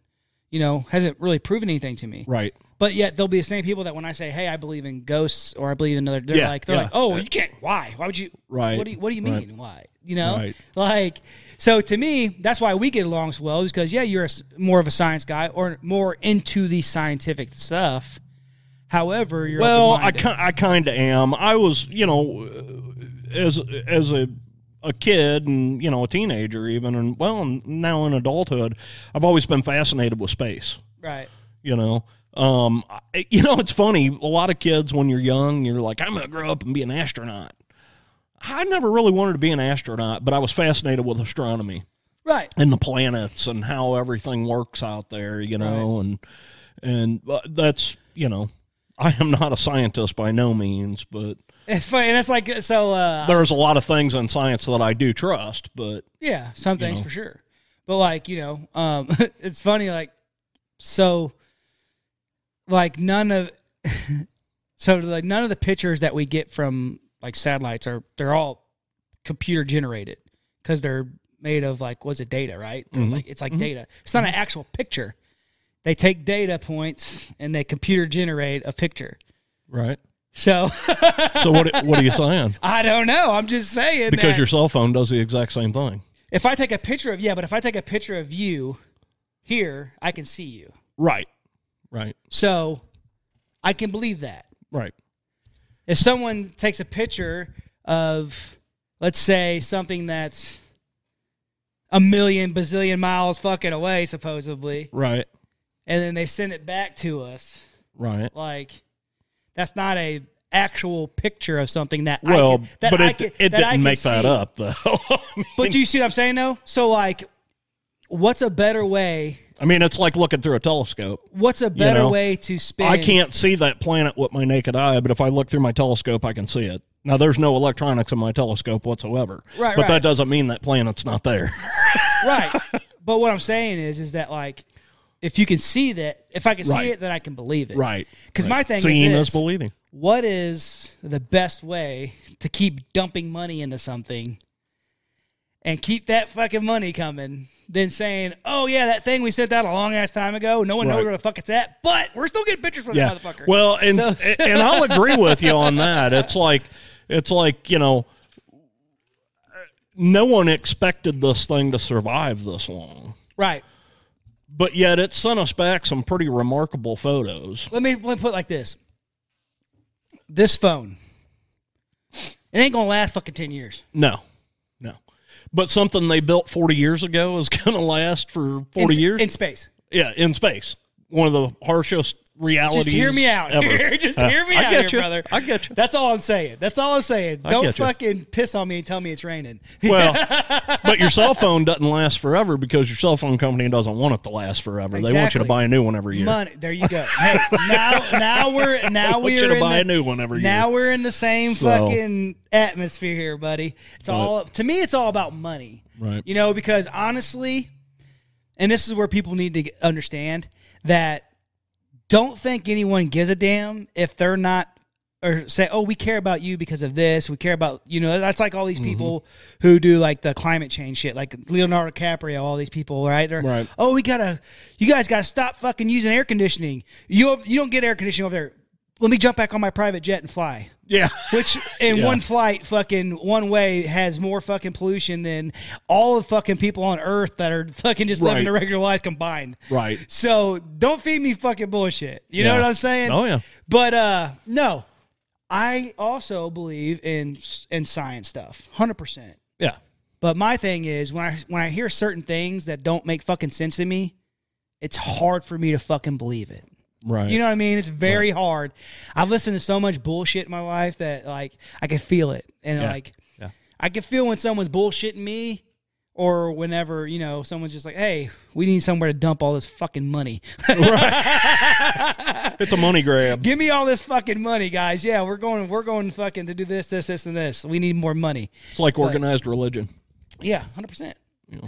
you know, hasn't really proven anything to me. Right. But yet they'll be the same people that when I say, "Hey, I believe in ghosts" or "I believe in another," they're Yeah, like, "They're yeah. like, oh, you can't. Why? Why would you? Right, What do you, What do you mean? right. Why? You know, Right. like so. To me, that's why we get along so well is because yeah, you're a s more of a science guy or more into the scientific stuff. However, you're Well, I open-minded. ki- I kind of am. I was, you know, as as a a kid and you know a teenager even, and well, and now in adulthood, I've always been fascinated with space. right. you know um I, you know it's funny a lot of kids when you're young you're like i'm gonna grow up and be an astronaut i never really wanted to be an astronaut but i was fascinated with astronomy Right. and the planets and how everything works out there you know and and uh, that's you know i am not a scientist by no means but It's funny, and it's like so. Uh, there's a lot of things in science that i do trust but yeah, some things for sure, but like you know, um, it's funny. Like so, like none of so like none of the pictures that we get from like satellites are they're all computer generated because they're made of like was it data right? They're Like it's like data. It's not an actual picture. They take data points and they computer generate a picture. right So so what what are you saying I don't know. I'm just saying because that- your cell phone does the exact same thing If I take a picture of yeah, but if I take a picture of you here, I can see you. right right So I can believe that. right If someone takes a picture of let's say something that's a million bazillion miles fucking away supposedly right and then they send it back to us right like that's not a actual picture of something that I Well, can, that but I it, can, it that I didn't can make that see. up, though. I But mean, do you see what I'm saying though? So like what's a better way I mean, it's like looking through a telescope. What's a better know, way to spin? I can't see that planet with my naked eye, but if I look through my telescope, I can see it. Now, there's no electronics in my telescope whatsoever, Right, but right. that doesn't mean that planet's not there. Right. but what I'm saying is, is that like, if you can see that, if I can Right. see it, then I can believe it. right. Because my thing Seeing is, this, believing. what is the best way to keep dumping money into something and keep that fucking money coming than saying, oh yeah, that thing we sent out a long ass time ago, no one Right. knows where the fuck it's at, but we're still getting pictures from Yeah. that motherfucker. Well, and So- and I'll agree with you on that. It's like it's like you know, no one expected this thing to survive this long. right. but yet it sent us back some pretty remarkable photos. let me let me put it like this. This phone. It ain't gonna last fucking ten years. No, no, but something they built 40 years ago is going to last for 40 in, years. in space. yeah, in space, one of the harshest realities. Just hear me out. Ever. Here. Just Uh, hear me I out, get here, you. brother. I get you. That's all I'm saying. That's all I'm saying. Don't get you. fucking piss on me and tell me it's raining. Well, but your cell phone doesn't last forever because your cell phone company doesn't want it to last forever. They want you to Exactly. buy a new one every year. Money. There you go. Hey, now now we're now want we're you to in buy the- a new one every now year. we're in the same So- fucking atmosphere here, buddy. It's all to me. It's all about money, Right. You know, because honestly, and this is where people need to get- understand that don't think anyone gives a damn if they're not or say, oh, we care about you because of this. We care about you know. That's like all Mm-hmm. these people who do like the climate change shit, like Leonardo DiCaprio. All these people, right? They're, Right. Oh, we gotta. You guys gotta stop fucking using air conditioning. You you don't get air conditioning over there. Let me jump back on my private jet and fly. Yeah. Which in Yeah. one flight, fucking one way, has more fucking pollution than all the fucking people on Earth that are fucking just living Right. their regular lives combined. Right. So don't feed me fucking bullshit. You know Yeah. what I'm saying? Oh, yeah. But uh, no, I also believe in in science stuff, hundred percent. Yeah. But my thing is when I when I hear certain things that don't make fucking sense to me, it's hard for me to fucking believe it. Right. Do you know what I mean? It's very hard. I've listened to so much bullshit in my life that like I can feel it, and Yeah. like Yeah. I can feel when someone's bullshitting me, or whenever you know someone's just like, "Hey, we need somewhere to dump all this fucking money. It's a money grab. Give me all this fucking money, guys. Yeah, we're going, we're going fucking to do this, this, this, and this. We need more money. It's like organized religion. Yeah, hundred percent.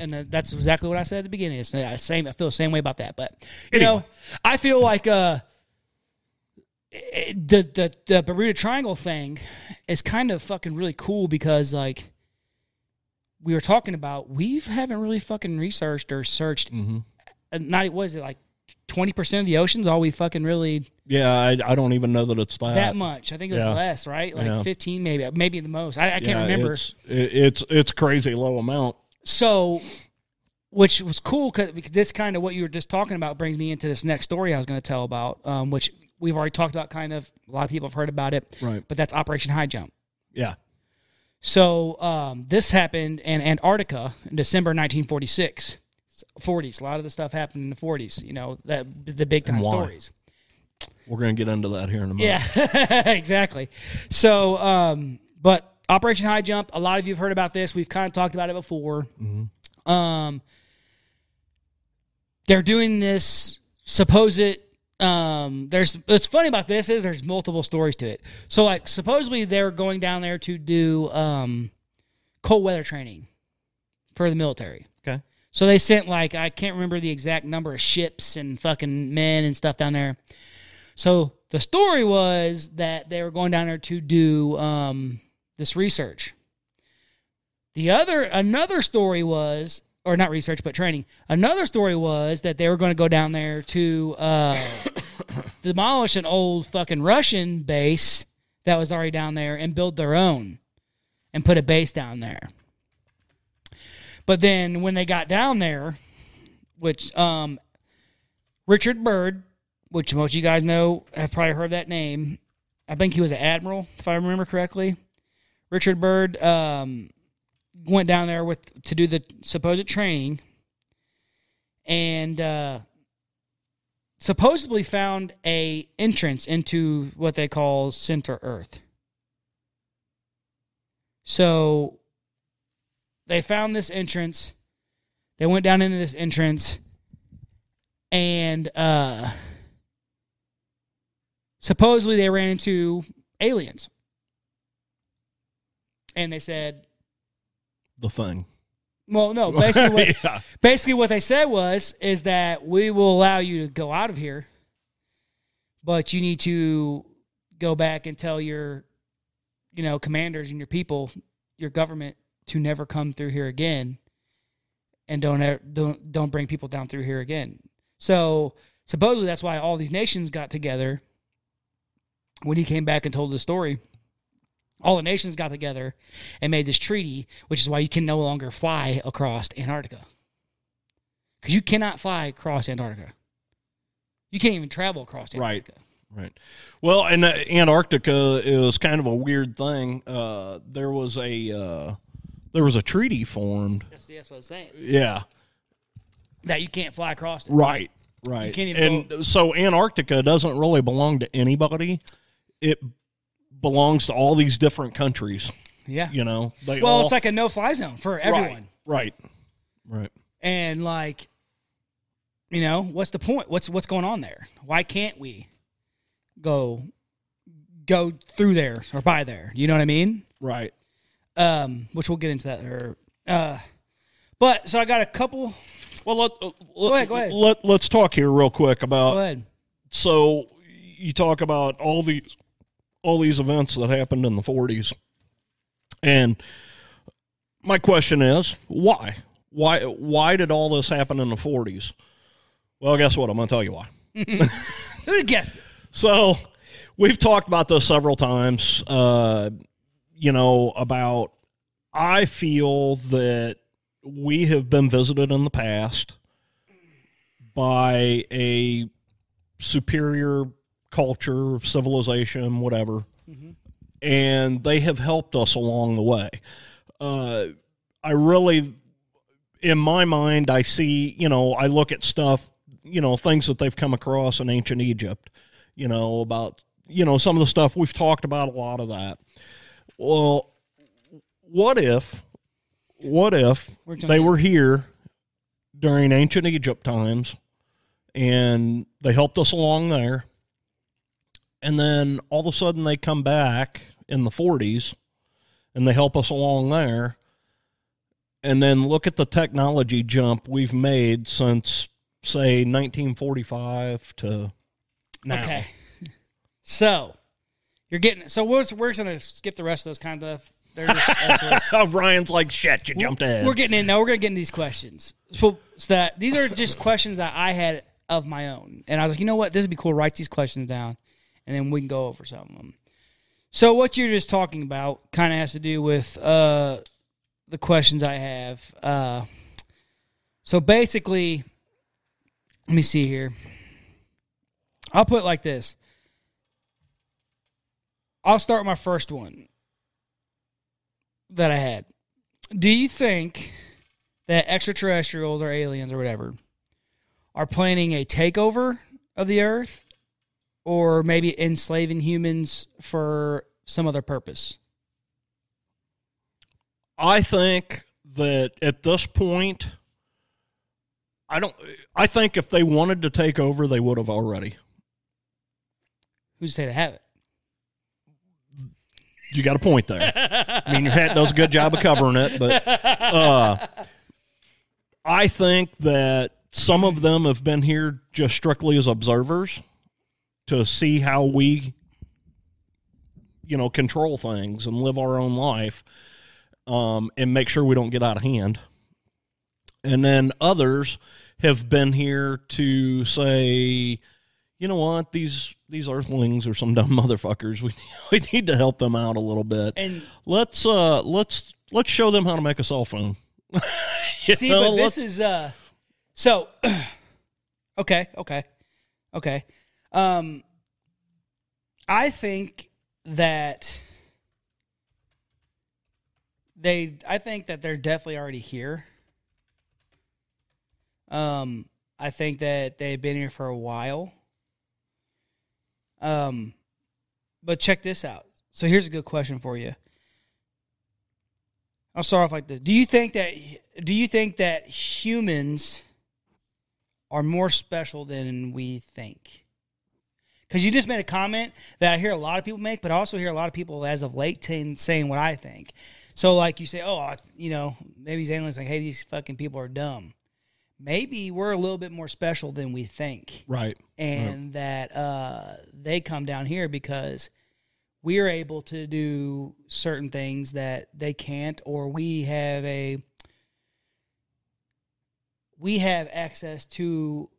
And uh, that's exactly what I said at the beginning. It's the same. I feel the same way about that. But you know, I feel like uh, it- the the the Bermuda Triangle thing is kind of fucking really cool because like we were talking about, we haven't really fucking researched or searched. Mm-hmm. uh, Not was it like twenty percent of the oceans? All we fucking really Yeah, I, I don't even know that it's that. that much. I think it was Uh, yeah. less, right? Like Yeah. fifteen, maybe, maybe the most. I, I can't Yeah, remember. It's, it- it's it's crazy low amount. so which was cool because this kind of what you were just talking about brings me into this next story i was going to tell about um, which we've already talked about kind of a lot of people have heard about it Right. but that's operation high jump Yeah. so um, this happened in antarctica in december 1946 40s a lot of the stuff happened in the 40s you know that the big time why? stories We're gonna get into that here in a minute. yeah, exactly. So, um, but Operation High Jump, a lot of you have heard about this. We've kind of talked about it before. Um, they're doing this supposed. Um, there's what's funny about this is there's multiple stories to it. So like supposedly they're going down there to do um, cold weather training for the military. Okay. So they sent like I can't remember the exact number of ships and fucking men and stuff down there. So the story was that they were going down there to do um, this research. The other another story was, or not research, but training. Another story was that they were going to go down there to uh, demolish an old fucking Russian base that was already down there and build their own and put a base down there. But then when they got down there, which um, Richard Byrd, which most of you guys know, have probably heard that name. I think he was an admiral, if I remember correctly. Richard Byrd um, went down there with to do the supposed training, and uh, supposedly found a entrance into what they call Center Earth. So they found this entrance. They went down into this entrance and uh supposedly they ran into aliens. And they said, The thing. well, no, Oh, basically what yeah. basically what they said was is that we will allow you to go out of here, but you need to go back and tell your, you know, commanders and your people, your government to never come through here again, and don't ever, don't don't bring people down through here again. So supposedly that's why all these nations got together. When he came back and told the story, all the nations got together and made this treaty, which is why you can no longer fly across Antarctica because you cannot fly across Antarctica. You can't even travel across Right. Antarctica. Right. Well, and uh, Antarctica is kind of a weird thing. Uh, there was a uh, there was a treaty formed. That's, that's what I'm saying. Yeah. That you can't fly across it. Right. Right. can't even and so Antarctica doesn't really belong to anybody. It belongs to all these different countries. Yeah. You know. They Well, all- it's like a no-fly zone for Right, everyone, Right. Right. and like, you know, what's the point? What's what's going on there? Why can't we go go through there or by there? You know what I mean? Right. Um, which we'll get into that. Or, uh, but so I got a couple. Well, let, uh, let, ahead, go ahead. let us talk here real quick Go about ahead. so you talk about all these all these events that happened in the 40s. And my question is, why? Why why did all this happen in the 40s? Well, guess what? I'm going to tell you why. Who'd have guessed it? So we've talked about this several times. Uh, you know about I feel that we have been visited in the past by a superior culture, civilization, whatever, and they have helped us along the way. Uh, I really in my mind, I see, you know, I look at stuff, you know, things that they've come across in ancient Egypt, you know, about, you know, some of the stuff we've talked about, a lot of that. Well, what if what if We're talking- they were here during ancient Egypt times and they helped us along there? And then all of a sudden they come back in the 40s and they help us along there. And then look at the technology jump we've made since, say, 1945 to now. Okay. So you're getting so we're, we're just gonna skip the rest of those kind of. They're just assholes. Oh, Ryan's like, shit, you jumped ahead. We're getting in. No, we're gonna get into these questions. So, so that these are just questions that I had of my own, and I was like, you know what, this would be cool. Write these questions down, and then we can go over some of them. So what you're just talking about kind of has to do with uh, the questions I have. Uh, so basically, let me see here. I'll put it like this. I'll start with my first one that I had. Do you think that extraterrestrials or aliens or whatever are planning a takeover of the earth or maybe enslaving humans for some other purpose? I think that at this point, I don't. I think if they wanted to take over, they would have already. Who's say to have it? You got a point there. I mean, your hat does a good job of covering it, but uh, I think that some of them have been here just strictly as observers to see how we, you know, control things and live our own life, um, and make sure we don't get out of hand. And then others have been here to say, you know what, these these earthlings are some dumb motherfuckers. We we need to help them out a little bit And let's uh let's let's show them how to make a cell phone. You see, know, but this let's- is uh so okay, okay, okay. Um I think that they I think that they're definitely already here. Um I think that they've been here for a while. Um but check this out. So here's a good question for you. I'll start off like this. Do you think that do you think that humans are more special than we think? Because you just made a comment that I hear a lot of people make, but I also hear a lot of people as of late saying- saying what I think. So like you say, oh, I- you know, maybe these aliens like, hey, these fucking people are dumb. Maybe we're a little bit more special than we think right. and that uh, they come down here because we're able to do certain things that they can't, or we have a we have access to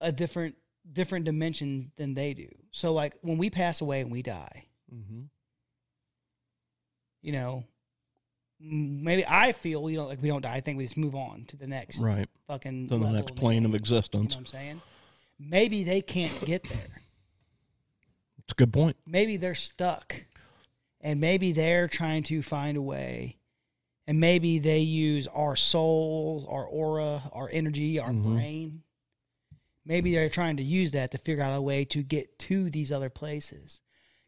a different different dimension than they do. So, like when we pass away and we die, Mm-hmm. you know, m- maybe I feel we don't like we don't die. I think we just move on to the next Right. fucking To the level next and- plane You of know existence. what I'm saying? Maybe they can't get there. It's a good point. maybe they're stuck and maybe they're trying to find a way and maybe they use our soul our aura our energy our Mhm. brain maybe they're trying to use that to figure out a way to get to these other places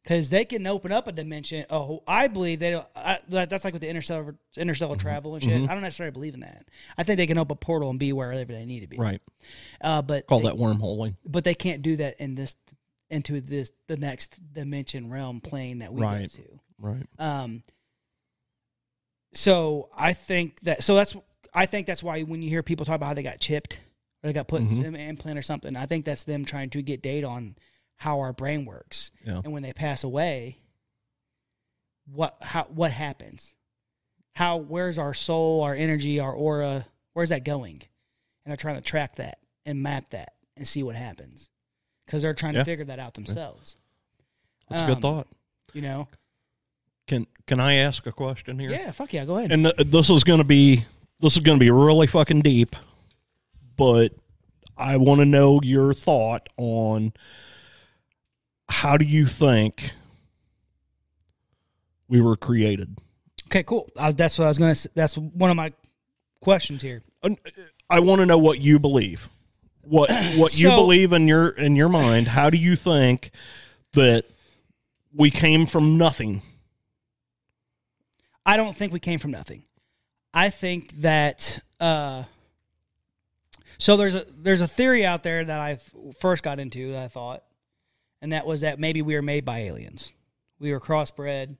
because they can open up a dimension oh i believe they don't I, that- that's like with the interstellar Mm-hmm. interstellar travel and shit i don't necessarily believe in that i think they can open a portal and be wherever they need to be Right. uh, but Call they- that wormholing. but they can't do that in this into this the next dimension realm plane that we Right. get to. Right. Um, so I think that so that's I think that's why when you hear people talk about how they got chipped or they got put Mhm. in an implant or something, I think that's them trying to get data on how our brain works. Yeah. And when they pass away, what how what happens? How where's our soul, our energy, our aura? Where's that going? And they're trying to track that and map that and see what happens because they're trying Yeah. to figure that out themselves. That's a good Um, thought. You know? Can can I ask a question here? Yeah. Fuck yeah. Go ahead. And th- this is going to be this is going to be really fucking deep, but I want to know your thought on how do you think we were created? Okay, cool. I was, that's what I was gonna. s- That's one of my questions here. un- I want to know what you believe. What what you So- believe in your in your mind? How do you think that we came from nothing? I don't think we came from nothing. I think that uh, so there's a there's a theory out there that I f- first got into that I thought, and that was that maybe we were made by aliens. We were crossbred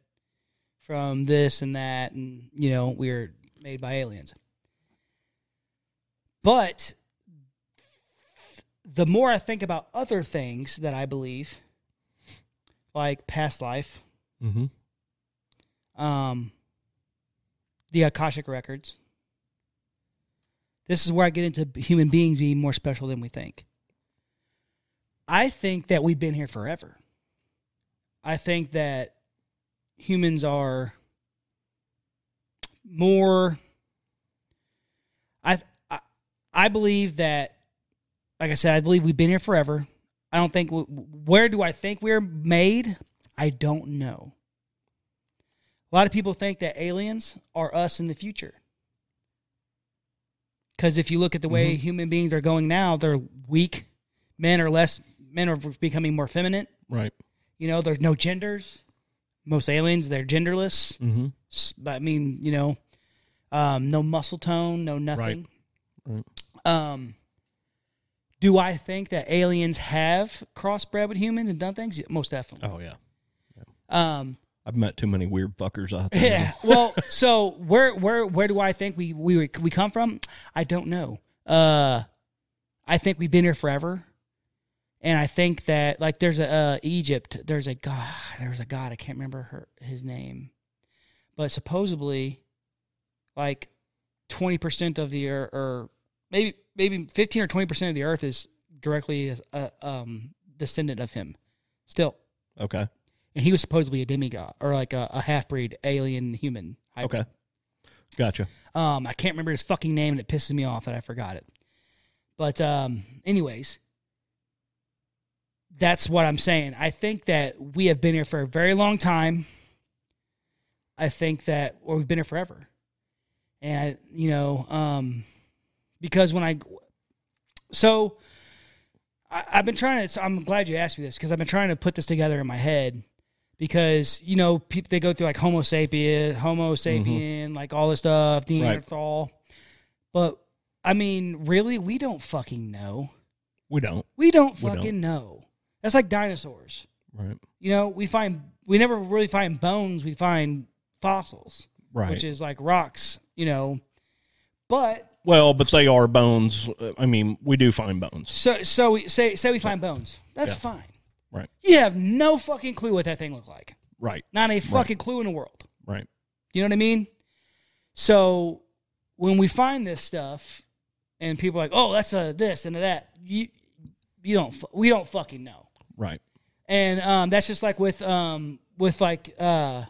from this and that, and you know we were made by aliens. But the more I think about other things that I believe, like past life, Mm-hmm. um, the Akashic records. This is where I get into human beings being more special than we think. I think that we've been here forever. I think that humans are more. I, I, I believe that, like I said, I believe we've been here forever. I don't think. w- Where do I think we're made? I don't know. A lot of people think that aliens are us in the future. Because if you look at the way human beings are going now, they're weak. Men are less. Men are becoming more feminine. Right. You know, there's no genders. Most aliens, they're genderless. Mm-hmm. S- but I mean, you know, um, no muscle tone, no nothing. Right. Um, do I think that aliens have crossbred with humans and done things? Yeah, Most definitely. Oh yeah. Um, I've met too many weird fuckers out there. Yeah. Well, so where where where do I think we we we come from? I don't know. Uh, I think we've been here forever, and I think that like there's a uh, Egypt. There's a god. There's a god. I can't remember her his name, but supposedly, like twenty percent of the earth, or maybe maybe fifteen or twenty percent of the earth is directly a um, descendant of him. Still, Okay. and he was supposedly a demigod or like a, a half breed alien human. hybrid. Okay. Gotcha. Um, I can't remember his fucking name, and it pisses me off that I forgot it. But um, anyways, that's what I'm saying. I think that we have been here for a very long time. I think that, or we've been here forever, and I, you know, um, because when I, so I, I've been trying to. so I'm glad you asked me this because I've been trying to put this together in my head because you know people they go through like Homo sapien, Homo sapien, like all this stuff, Neanderthal, but I mean, really, we don't fucking know. We don't. We don't We don't. fucking know. That's like dinosaurs. Right. You know, we find we never really find bones. We find fossils, Right. which is like rocks. You know, but well, but they are bones. Uh, I mean, we do find bones. so so we say say we find bones. That's Yeah. fine. Right. You have no fucking clue what that thing looked like. Right. Not a fucking clue in the world. Right. You know what I mean? So when we find this stuff, and people are like, "Oh, that's a this and a that," you you don't fu- we don't fucking know. Right. and um, that's just like with um, with like uh,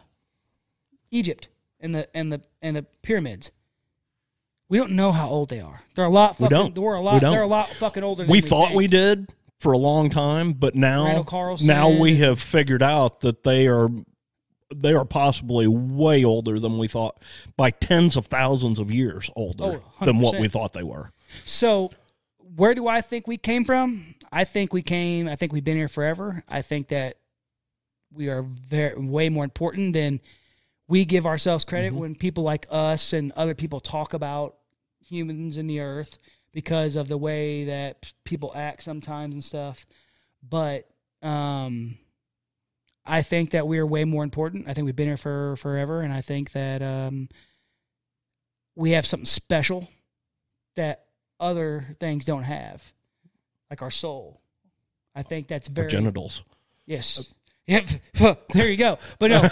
Egypt and the and the and the pyramids. We don't know how old they are. They're a lot. Fucking, don't. They're a We lot. don't. They're a lot fucking older. Than we thought think. we did for a long time, but now Randall Carlson. now we have figured out that they are they are possibly way older than we thought by tens of thousands of years older Oh, than what 100%. we thought they were. So, where do I think we came from? I think we came. I think we've been here forever. I think that we are very, way more important than we give ourselves credit when people like us and other people talk about humans and the earth because of the way that p- people act sometimes and stuff. But um, I think that we are way more important. I think we've been here for forever, and I think that um, we have something special that other things don't have, like our soul. I think that's Our very genitals. Yes. Yep. There you go. But no,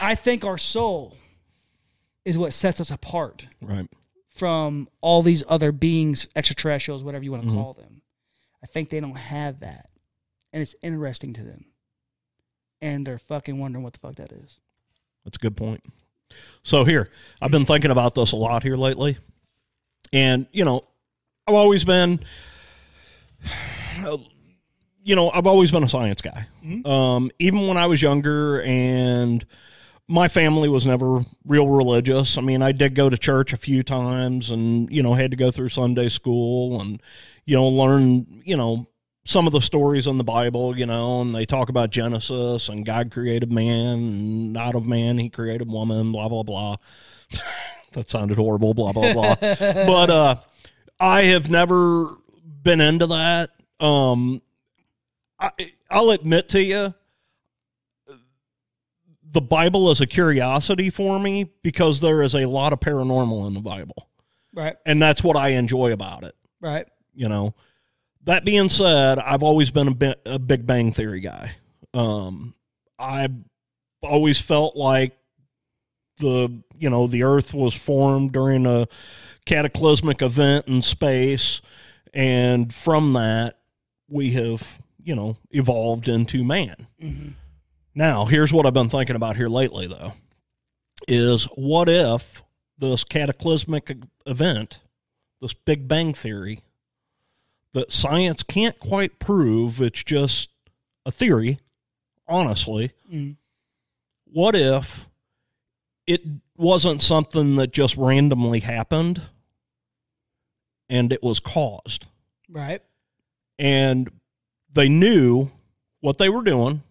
I think our soul is what sets us apart Right. from all these other beings, extraterrestrials, whatever you want to Mm-hmm. call them. I think they don't have that. And it's interesting to them. And they're fucking wondering what the fuck that is. That's a good point. So here, I've been thinking about this a lot here lately. And, you know, I've always been you know, I've always been a science guy. Um, even when I was younger and my family was never real religious. I mean, I did go to church a few times and, you know, had to go through Sunday school and, you know, learn, you know, some of the stories in the Bible, you know, and they talk about Genesis and God created man and out of man he created woman, blah, blah, blah. that sounded horrible, blah, blah, blah. but uh, I have never been into that. Um, I, I'll admit to you, the Bible is a curiosity for me because there is a lot of paranormal in the Bible. Right. And that's what I enjoy about it. Right. you know. That being said, I've always been a, bi- a Big Bang Theory guy. Um, I've always felt like the you know the Earth was formed during a cataclysmic event in space, and from that we have you know evolved into man. Mhm. Now, here's what I've been thinking about here lately, though, is what if this cataclysmic e-, event, this Big Bang theory, that science can't quite prove, it's just a theory, honestly. Mm. What if it wasn't something that just randomly happened and it was caused? Right. and they knew what they were doing.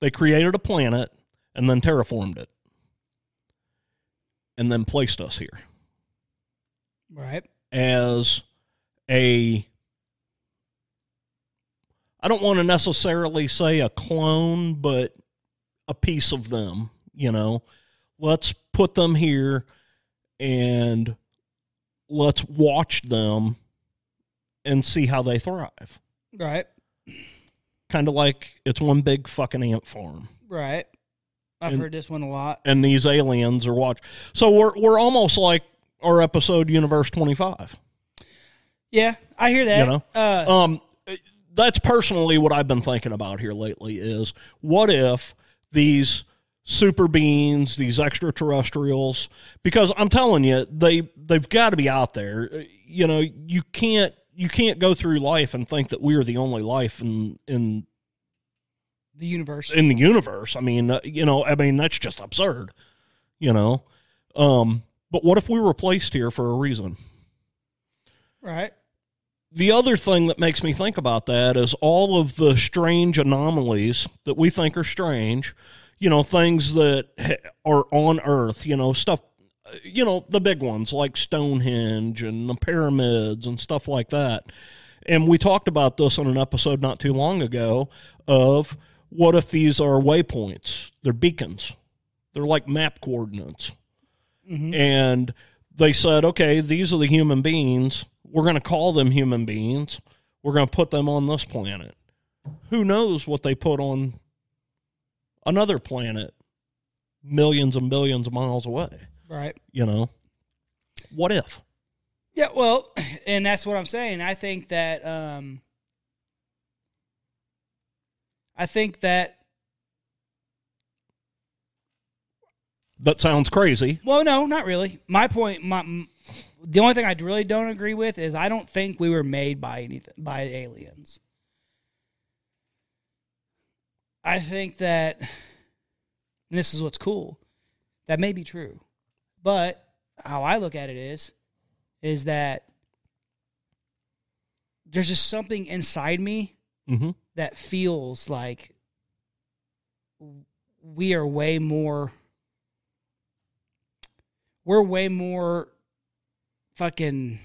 They created a planet and then terraformed it and then placed us here Right. as a I don't want to necessarily say a clone, but a piece of them, you know. Let's put them here and let's watch them and see how they thrive. Right. kind of like it's one big fucking ant farm, Right. I've And- heard this one a lot. and these aliens are watch. So we're we're almost like our episode Universe Twenty Five. Yeah, I hear that. You know? Uh, Um, that's personally what I've been thinking about here lately. Is what if these super beings, these extraterrestrials? Because I'm telling you, they they've got to be out there. You know, you can't you can't go through life and think that we are the only life in in the universe. in the universe. I mean, uh, you know, I mean that's just absurd, you know. Um, but what if we were placed here for a reason? Right. The other thing that makes me think about that is all of the strange anomalies that we think are strange, you know, things that ha- are on Earth, you know, stuff, uh, you know, the big ones like Stonehenge and the pyramids and stuff like that. And we talked about this on an episode not too long ago of what if these are waypoints? They're beacons. They're like map coordinates. Mm-hmm, And they said, okay, these are the human beings. We're going to call them human beings. We're going to put them on this planet. Who knows what they put on another planet millions and billions of miles away? Right. You know, what if? Yeah, well, and that's what I'm saying. I think that um I think that That sounds crazy. well, no, not really. My point my m- the only thing I really don't agree with is I don't think we were made by anything by aliens. I think that and this is what's cool. That may be true. But how I look at it is is that there's just something inside me Mm-hmm. that feels like we are way more we're way more fucking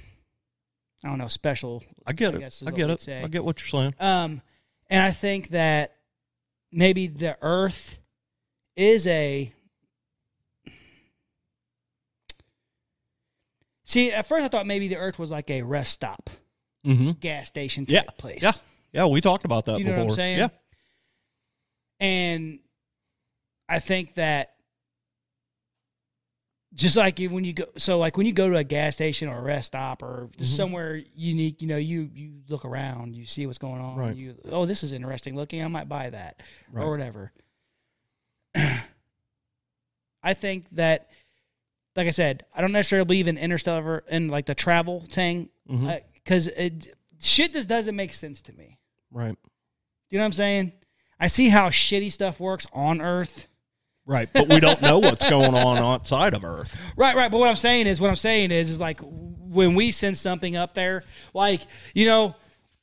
I don't know, special. I get I it. guess is I what get we'd it. say. I get what you're saying. Um and I think that maybe the earth is a See, at first I thought maybe the earth was like a rest stop, Mm-hmm. gas station type Yeah. place. Yeah. Yeah. We talked about that Do you know before. what I'm saying? Yeah. And I think that just like if- when you go, so like when you go to a gas station or a rest stop or just Mhm. somewhere unique, you know, you you look around, you see what's going on. Right. You oh, this is interesting looking. I might buy that Right. or whatever. I think that, like I said, I don't necessarily believe in interstellar and like the travel thing Mhm. because it shit just doesn't make sense to me. right. Do you know what I'm saying? I see how shitty stuff works on Earth. Right. But we don't know what's going on outside of Earth. Right, right. But what I'm saying is, what I'm saying is, is like when we send something up there, like you know,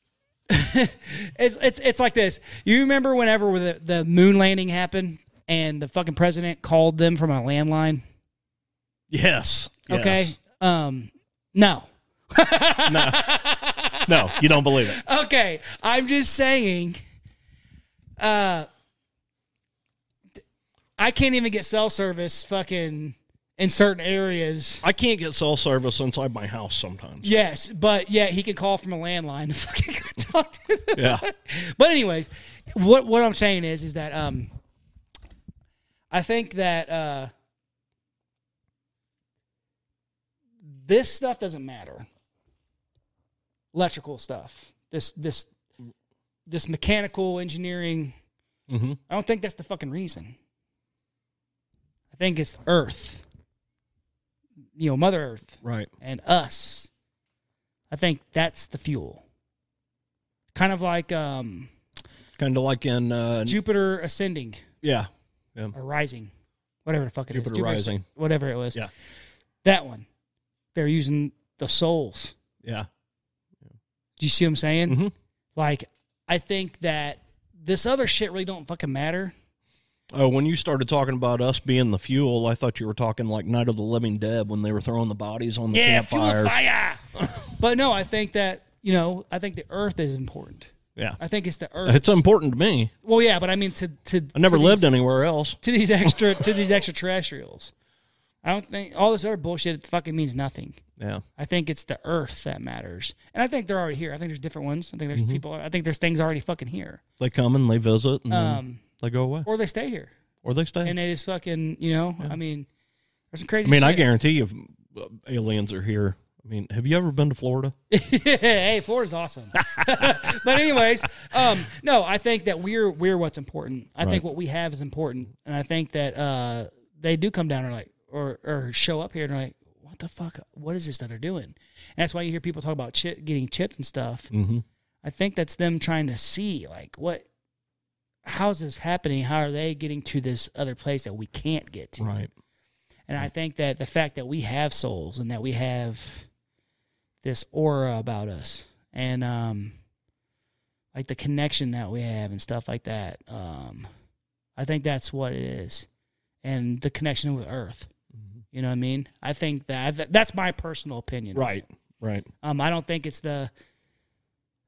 it's it's it's like this. You remember whenever the the moon landing happened and the fucking president called them from a landline? Yes. yes. Okay. Um, no. No. No, you don't believe it. Okay. I'm just saying. Uh, I can't even get cell service fucking in certain areas. I can't get cell service inside my house sometimes. Yes, but yeah, he can call from a landline to fucking talk to them. Yeah. But anyways, what what I'm saying is is that um I think that uh this stuff doesn't matter. Electrical stuff. This this this mechanical engineering hmm I don't think that's the fucking reason. I think it's Earth. You know, Mother Earth Right. and us. I think that's the fuel. Kind of like um, Kind of like in uh, Jupiter ascending yeah, or rising, whatever the fuck it is. Jupiter asc- rising. whatever it was. Yeah. That one. They're using the souls. yeah, Do you see what I'm saying? Mhm. Like, I think that this other shit really don't fucking matter. Oh, when you started talking about us being the fuel, I thought you were talking like Night of the Living Dead when they were throwing the bodies on the yeah, fuel campfires. the fire. but no, I think that, you know, I think the earth is important. Yeah, I think it's the earth. it's important to me. well, yeah, but I mean to to I never lived in. lived anywhere else. to these extra to these extraterrestrials. I don't think all this other bullshit fucking means nothing. Yeah, I think it's the Earth that matters, and I think they're already here. I think there's different ones. I think Mm-hmm. there's people. I think there's things already fucking here, they come and they visit and then um, they go away or they stay here or they stay. and they just fucking you know. I mean, there's some crazy. I mean, I shit. guarantee you, if, uh, aliens are here. I mean, have you ever been to Florida? hey, Florida's awesome. but anyways, um, no, I think that we're we're what's important. I think what we have is important, and I think that uh, they do come down or like or or show up here and are like, what the fuck? What is this that they're doing? And that's why you hear people talk about chip, getting chips and stuff. Mm-hmm. I think that's them trying to see like what. How's this happening? How are they getting to this other place that we can't get to? Right. And Hmm. I think that the fact that we have souls and that we have this aura about us and um like the connection that we have and stuff like that. Um I think that's what it is. And the connection with earth. Mm-hmm. You know what I mean? I think that that's my personal opinion. Right. Right. Um I don't think it's the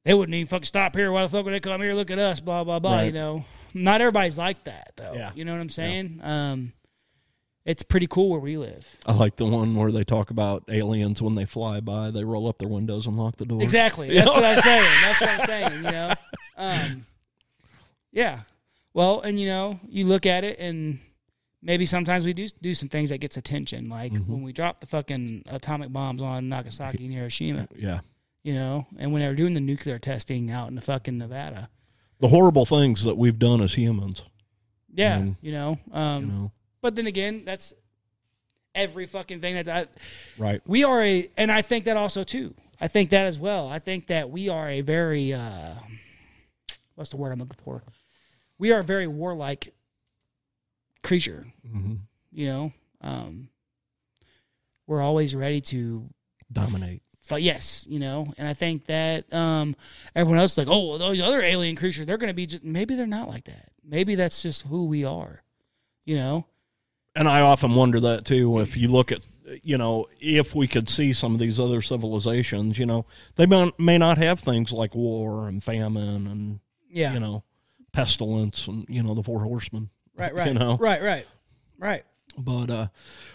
they wouldn't even fucking stop here. Why the fuck would they come here? Look at us, blah blah blah. You Right. know, not everybody's like that though. Yeah. You know what I'm saying? Um, it's pretty cool where we live. I like the one where they talk about aliens when they fly by, they roll up their windows and lock the door. Exactly. That's what I'm saying. That's what I'm saying. You know. Um, yeah. Well, and you know, you look at it, and maybe sometimes we do do some things that gets attention, like when we dropped the fucking atomic bombs on Nagasaki and Hiroshima. Yeah. You know, and when they were doing the nuclear testing out in the fucking Nevada. The horrible things that we've done as humans. Yeah. Mm. You know. Um, You know. But then again, that's every fucking thing that's. I, Right. we are a and i think that also too i think that as well i think that we are a very uh what's the word i'm looking for we are a very warlike creature Mm-hmm. you know um we're always ready to Dominate. fight yes you know and i think that um everyone else is like oh well, those other alien creatures they're gonna be just, maybe they're not like that maybe that's just who we are you know And I often wonder that too. If you look at, you know, if we could see some of these other civilizations, you know, they may, may not have things like war and famine and, yeah you know, pestilence and, you know, the four horsemen. right right, you know. right right right But, uh,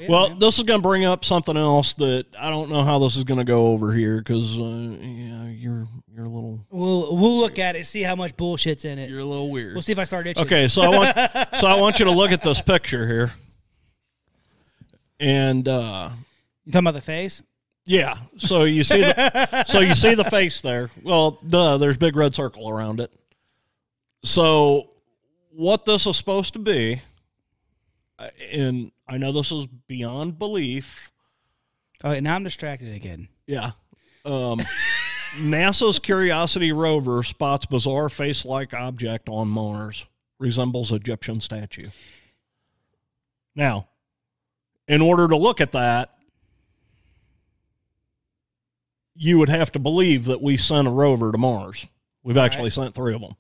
well, this is going to bring up something else that I don't know how this is going to go over here because, uh, yeah, you're, you're a little, We'll we'll look at it, see how much bullshit's in it. you're a little weird. We'll see if I start itching. Okay, so I want so I want you to look at this picture here. And uh You talking about the face? yeah, so you see the so you see the face there. Well, duh, there's big red circle around it. So what this is supposed to be uh, and I know this is beyond belief. All right, Oh, now I'm distracted again. Yeah. Um NASA's Curiosity rover spots bizarre face-like object on Mars, resembles Egyptian statue. Now, in order to look at that, you would have to believe that we sent a rover to Mars. We've actually sent three of them.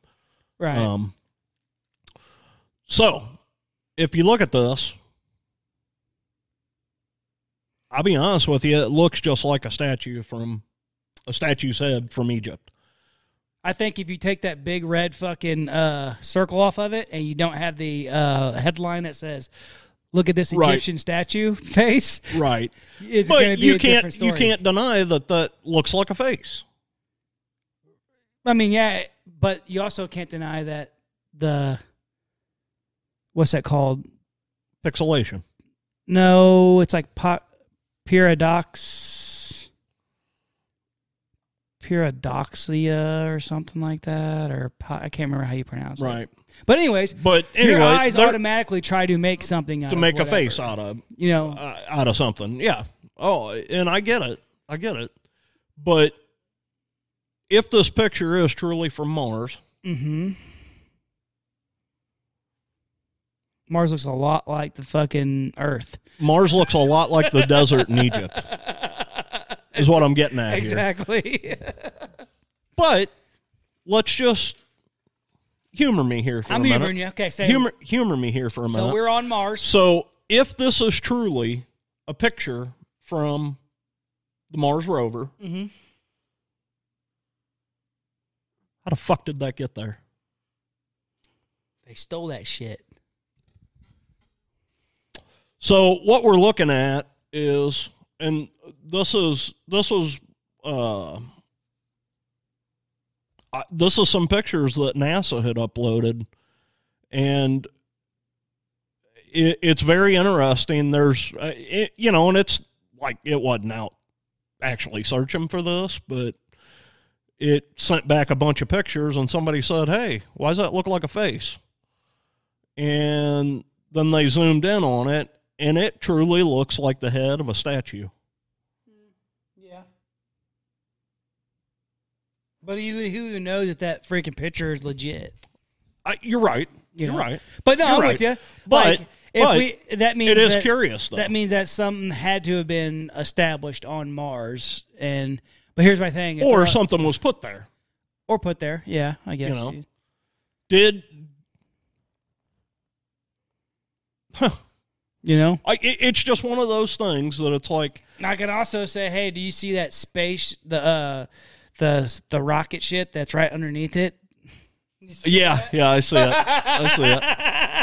Right. Um, so, if you look at this, I'll be honest with you, it looks just like a statue from a statue's head from Egypt. I think if you take that big red fucking uh, circle off of it and you don't have the uh, headline that says, "Look at this Right. Egyptian statue face," Right. it's going to but be you a can't different story. you can't deny that that looks like a face. I mean, yeah, but you also can't deny that the what's that called? Pixelation. No, it's like po- paradox, paradoxia or something like that, or po- I can't remember how you pronounce it. Right. But anyways, But anyway, your eyes they're- automatically try to make something out to of make a whatever, face out of You know, uh, out of something. Yeah. Oh, and I get it. I get it. But if this picture is truly from Mars, hmm Mars looks a lot like the fucking Earth. Mars looks a lot like the desert in Egypt. Is what I'm getting at here. Exactly. But let's just humor me here for I'm a minute. humoring you. Okay, say Humor humor me here for a So minute. we're on Mars. So if this is truly a picture from the Mars rover, Mm-hmm. how the fuck did that get there? They stole that shit. So what we're looking at is, and this is this is uh, I- this is some pictures that NASA had uploaded, and it, it's very interesting. There's, uh, it, you know, and it's like it wasn't out actually searching for this, but it sent back a bunch of pictures, and somebody said, "Hey, why does that look like a face?" and then they zoomed in on it and it truly looks like the head of a statue Yeah. But who who even knows if that freaking picture is legit? I, you're right You you're know? right But no, You're I'm right. with you. But- like, if but we that means it is that- curious though That means that something had to have been established on Mars, and but here's my thing: if or they're- something was put there or put there, yeah, I guess. know. did huh. You know? I, it, it's just one of those things that it's like And I can also say, hey, do you see that space the uh, the the rocket ship that's right underneath it? yeah yeah i see it i see it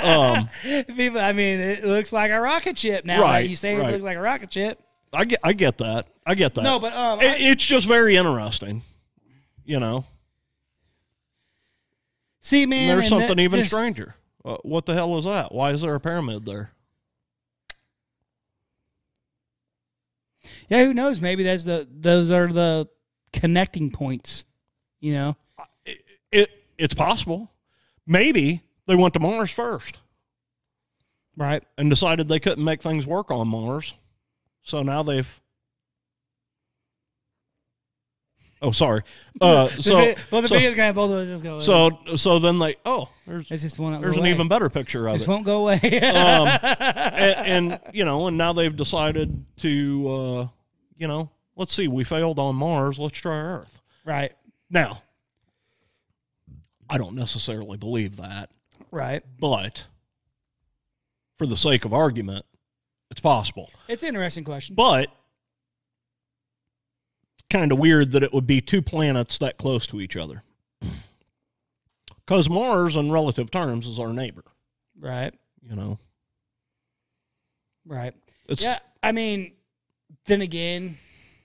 um People, I mean, it looks like a rocket ship now. Right, that you say right. it looks like a rocket ship. i get i get that i get that No, but um, I- it, it's just very interesting you know see, man, there's and something that even just- stranger uh, what the hell is that why is there a pyramid there Yeah, who knows? Maybe that's the those are the connecting points. You know? it, it it's possible. Maybe they went to Mars first Right. and decided they couldn't make things work on Mars. So now they've Oh, sorry. Uh, The so, vi- well, the so, video's gonna have both of those. Just go. so, so then they, oh, there's, It's just one. that there's will an away. even better picture of Just it. won't go away. Um, and, and, you know, and now they've decided to, uh, you know, let's see, we failed on Mars, let's try Earth. right. Now, I don't necessarily believe that. Right. but for the sake of argument, it's possible. It's an interesting question. But kind of weird that it would be two planets that close to each other. Because Mars, in relative terms, is our neighbor. right. You know, Right. it's yeah. I mean, then again,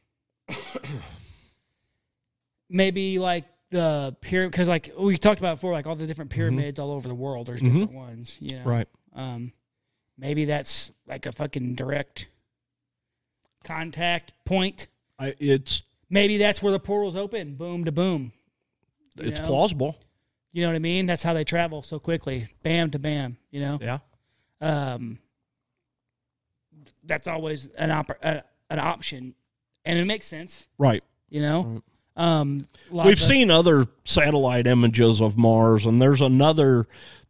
maybe like the pyramid, because like we talked about before, like all the different pyramids all over the world. There's Mhm. different ones. You know. Mm-hmm. right. Um, maybe that's like a fucking direct contact point. I, it's Maybe that's where the portals open, boom to boom. You it's know? plausible. You know what I mean? That's how they travel so quickly, bam to bam. You know, Yeah. um, that's always an op- uh, an option, and it makes sense. Right. You know, um, like We've the- seen other satellite images of Mars, and there's another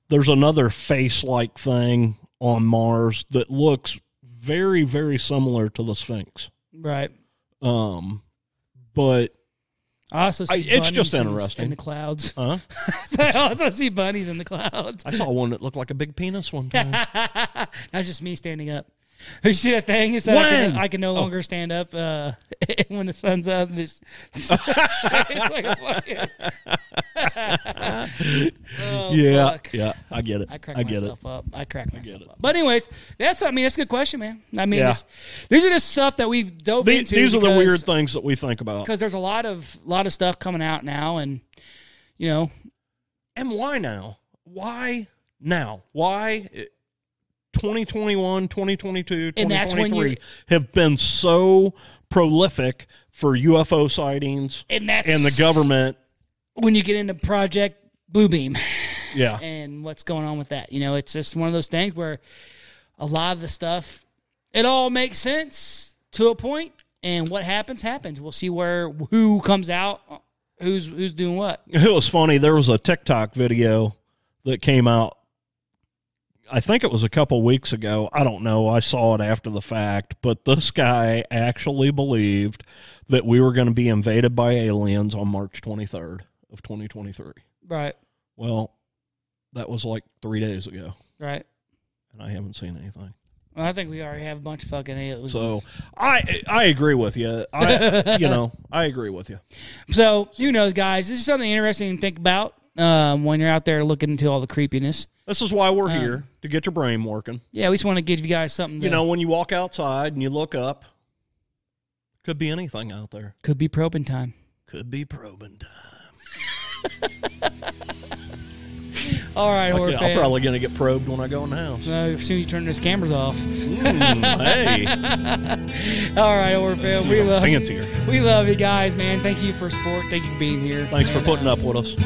there's another face like thing on Mars that looks very very similar to the Sphinx. right. Um, but I also see I- it's bunnies just in the- interesting. in the clouds. huh? I also see bunnies in the clouds. I saw one that looked like a big penis one time. That's just me standing up. You see that thing? It said I can, When? Oh. I can no longer stand up uh, when the sun's up. This it's like a fucking- Oh, yeah, fuck. yeah, I get it. I I, crack get it. myself up. I crack myself up. But anyways, that's I mean that's a good question, man. I mean, Yeah. this- these are just stuff that we've dove The- into. these are the because- weird things that we think about. because there's a lot of lot of stuff coming out now, and you know, And why now? Why now? Why eh, 2021, 2022, And 2023 that's when you- have been so prolific for UFO sightings and that's and the government. when you get into Project Bluebeam Yeah. and what's going on with that. You know, it's just one of those things where a lot of the stuff it all makes sense to a point, and what happens happens. We'll see where who comes out, who's who's doing what. It was funny. There was a TikTok video that came out. I think it was a couple weeks ago. I don't know. I saw it after the fact, but this guy actually believed that we were going to be invaded by aliens on March 23rd of 2023. Right, Well, that was like 3 days ago, right. and I haven't seen anything. Well, I think we already have a bunch of fucking aliens. So, I I agree with you. I you know, I agree with you. So who knows, guys? This is something interesting to think about um, when you're out there looking into all the creepiness. This is why we're here to get your brain working. Yeah, we just want to give you guys something. That You know, when you walk outside and you look up, could be anything out there. could be probing time. Could be probing time. All right, Like, horror yeah, I'm fans. probably gonna get probed when I go in the house. So as soon as you turn those cameras off. Mm, hey, All right, horror fam. We even love fancier. You. We love you guys, man. Thank you for support. Thank you for being here. uh, thanks for putting up with us.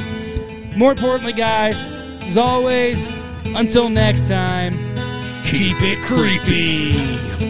More importantly, guys, as always, until next time, keep it creepy.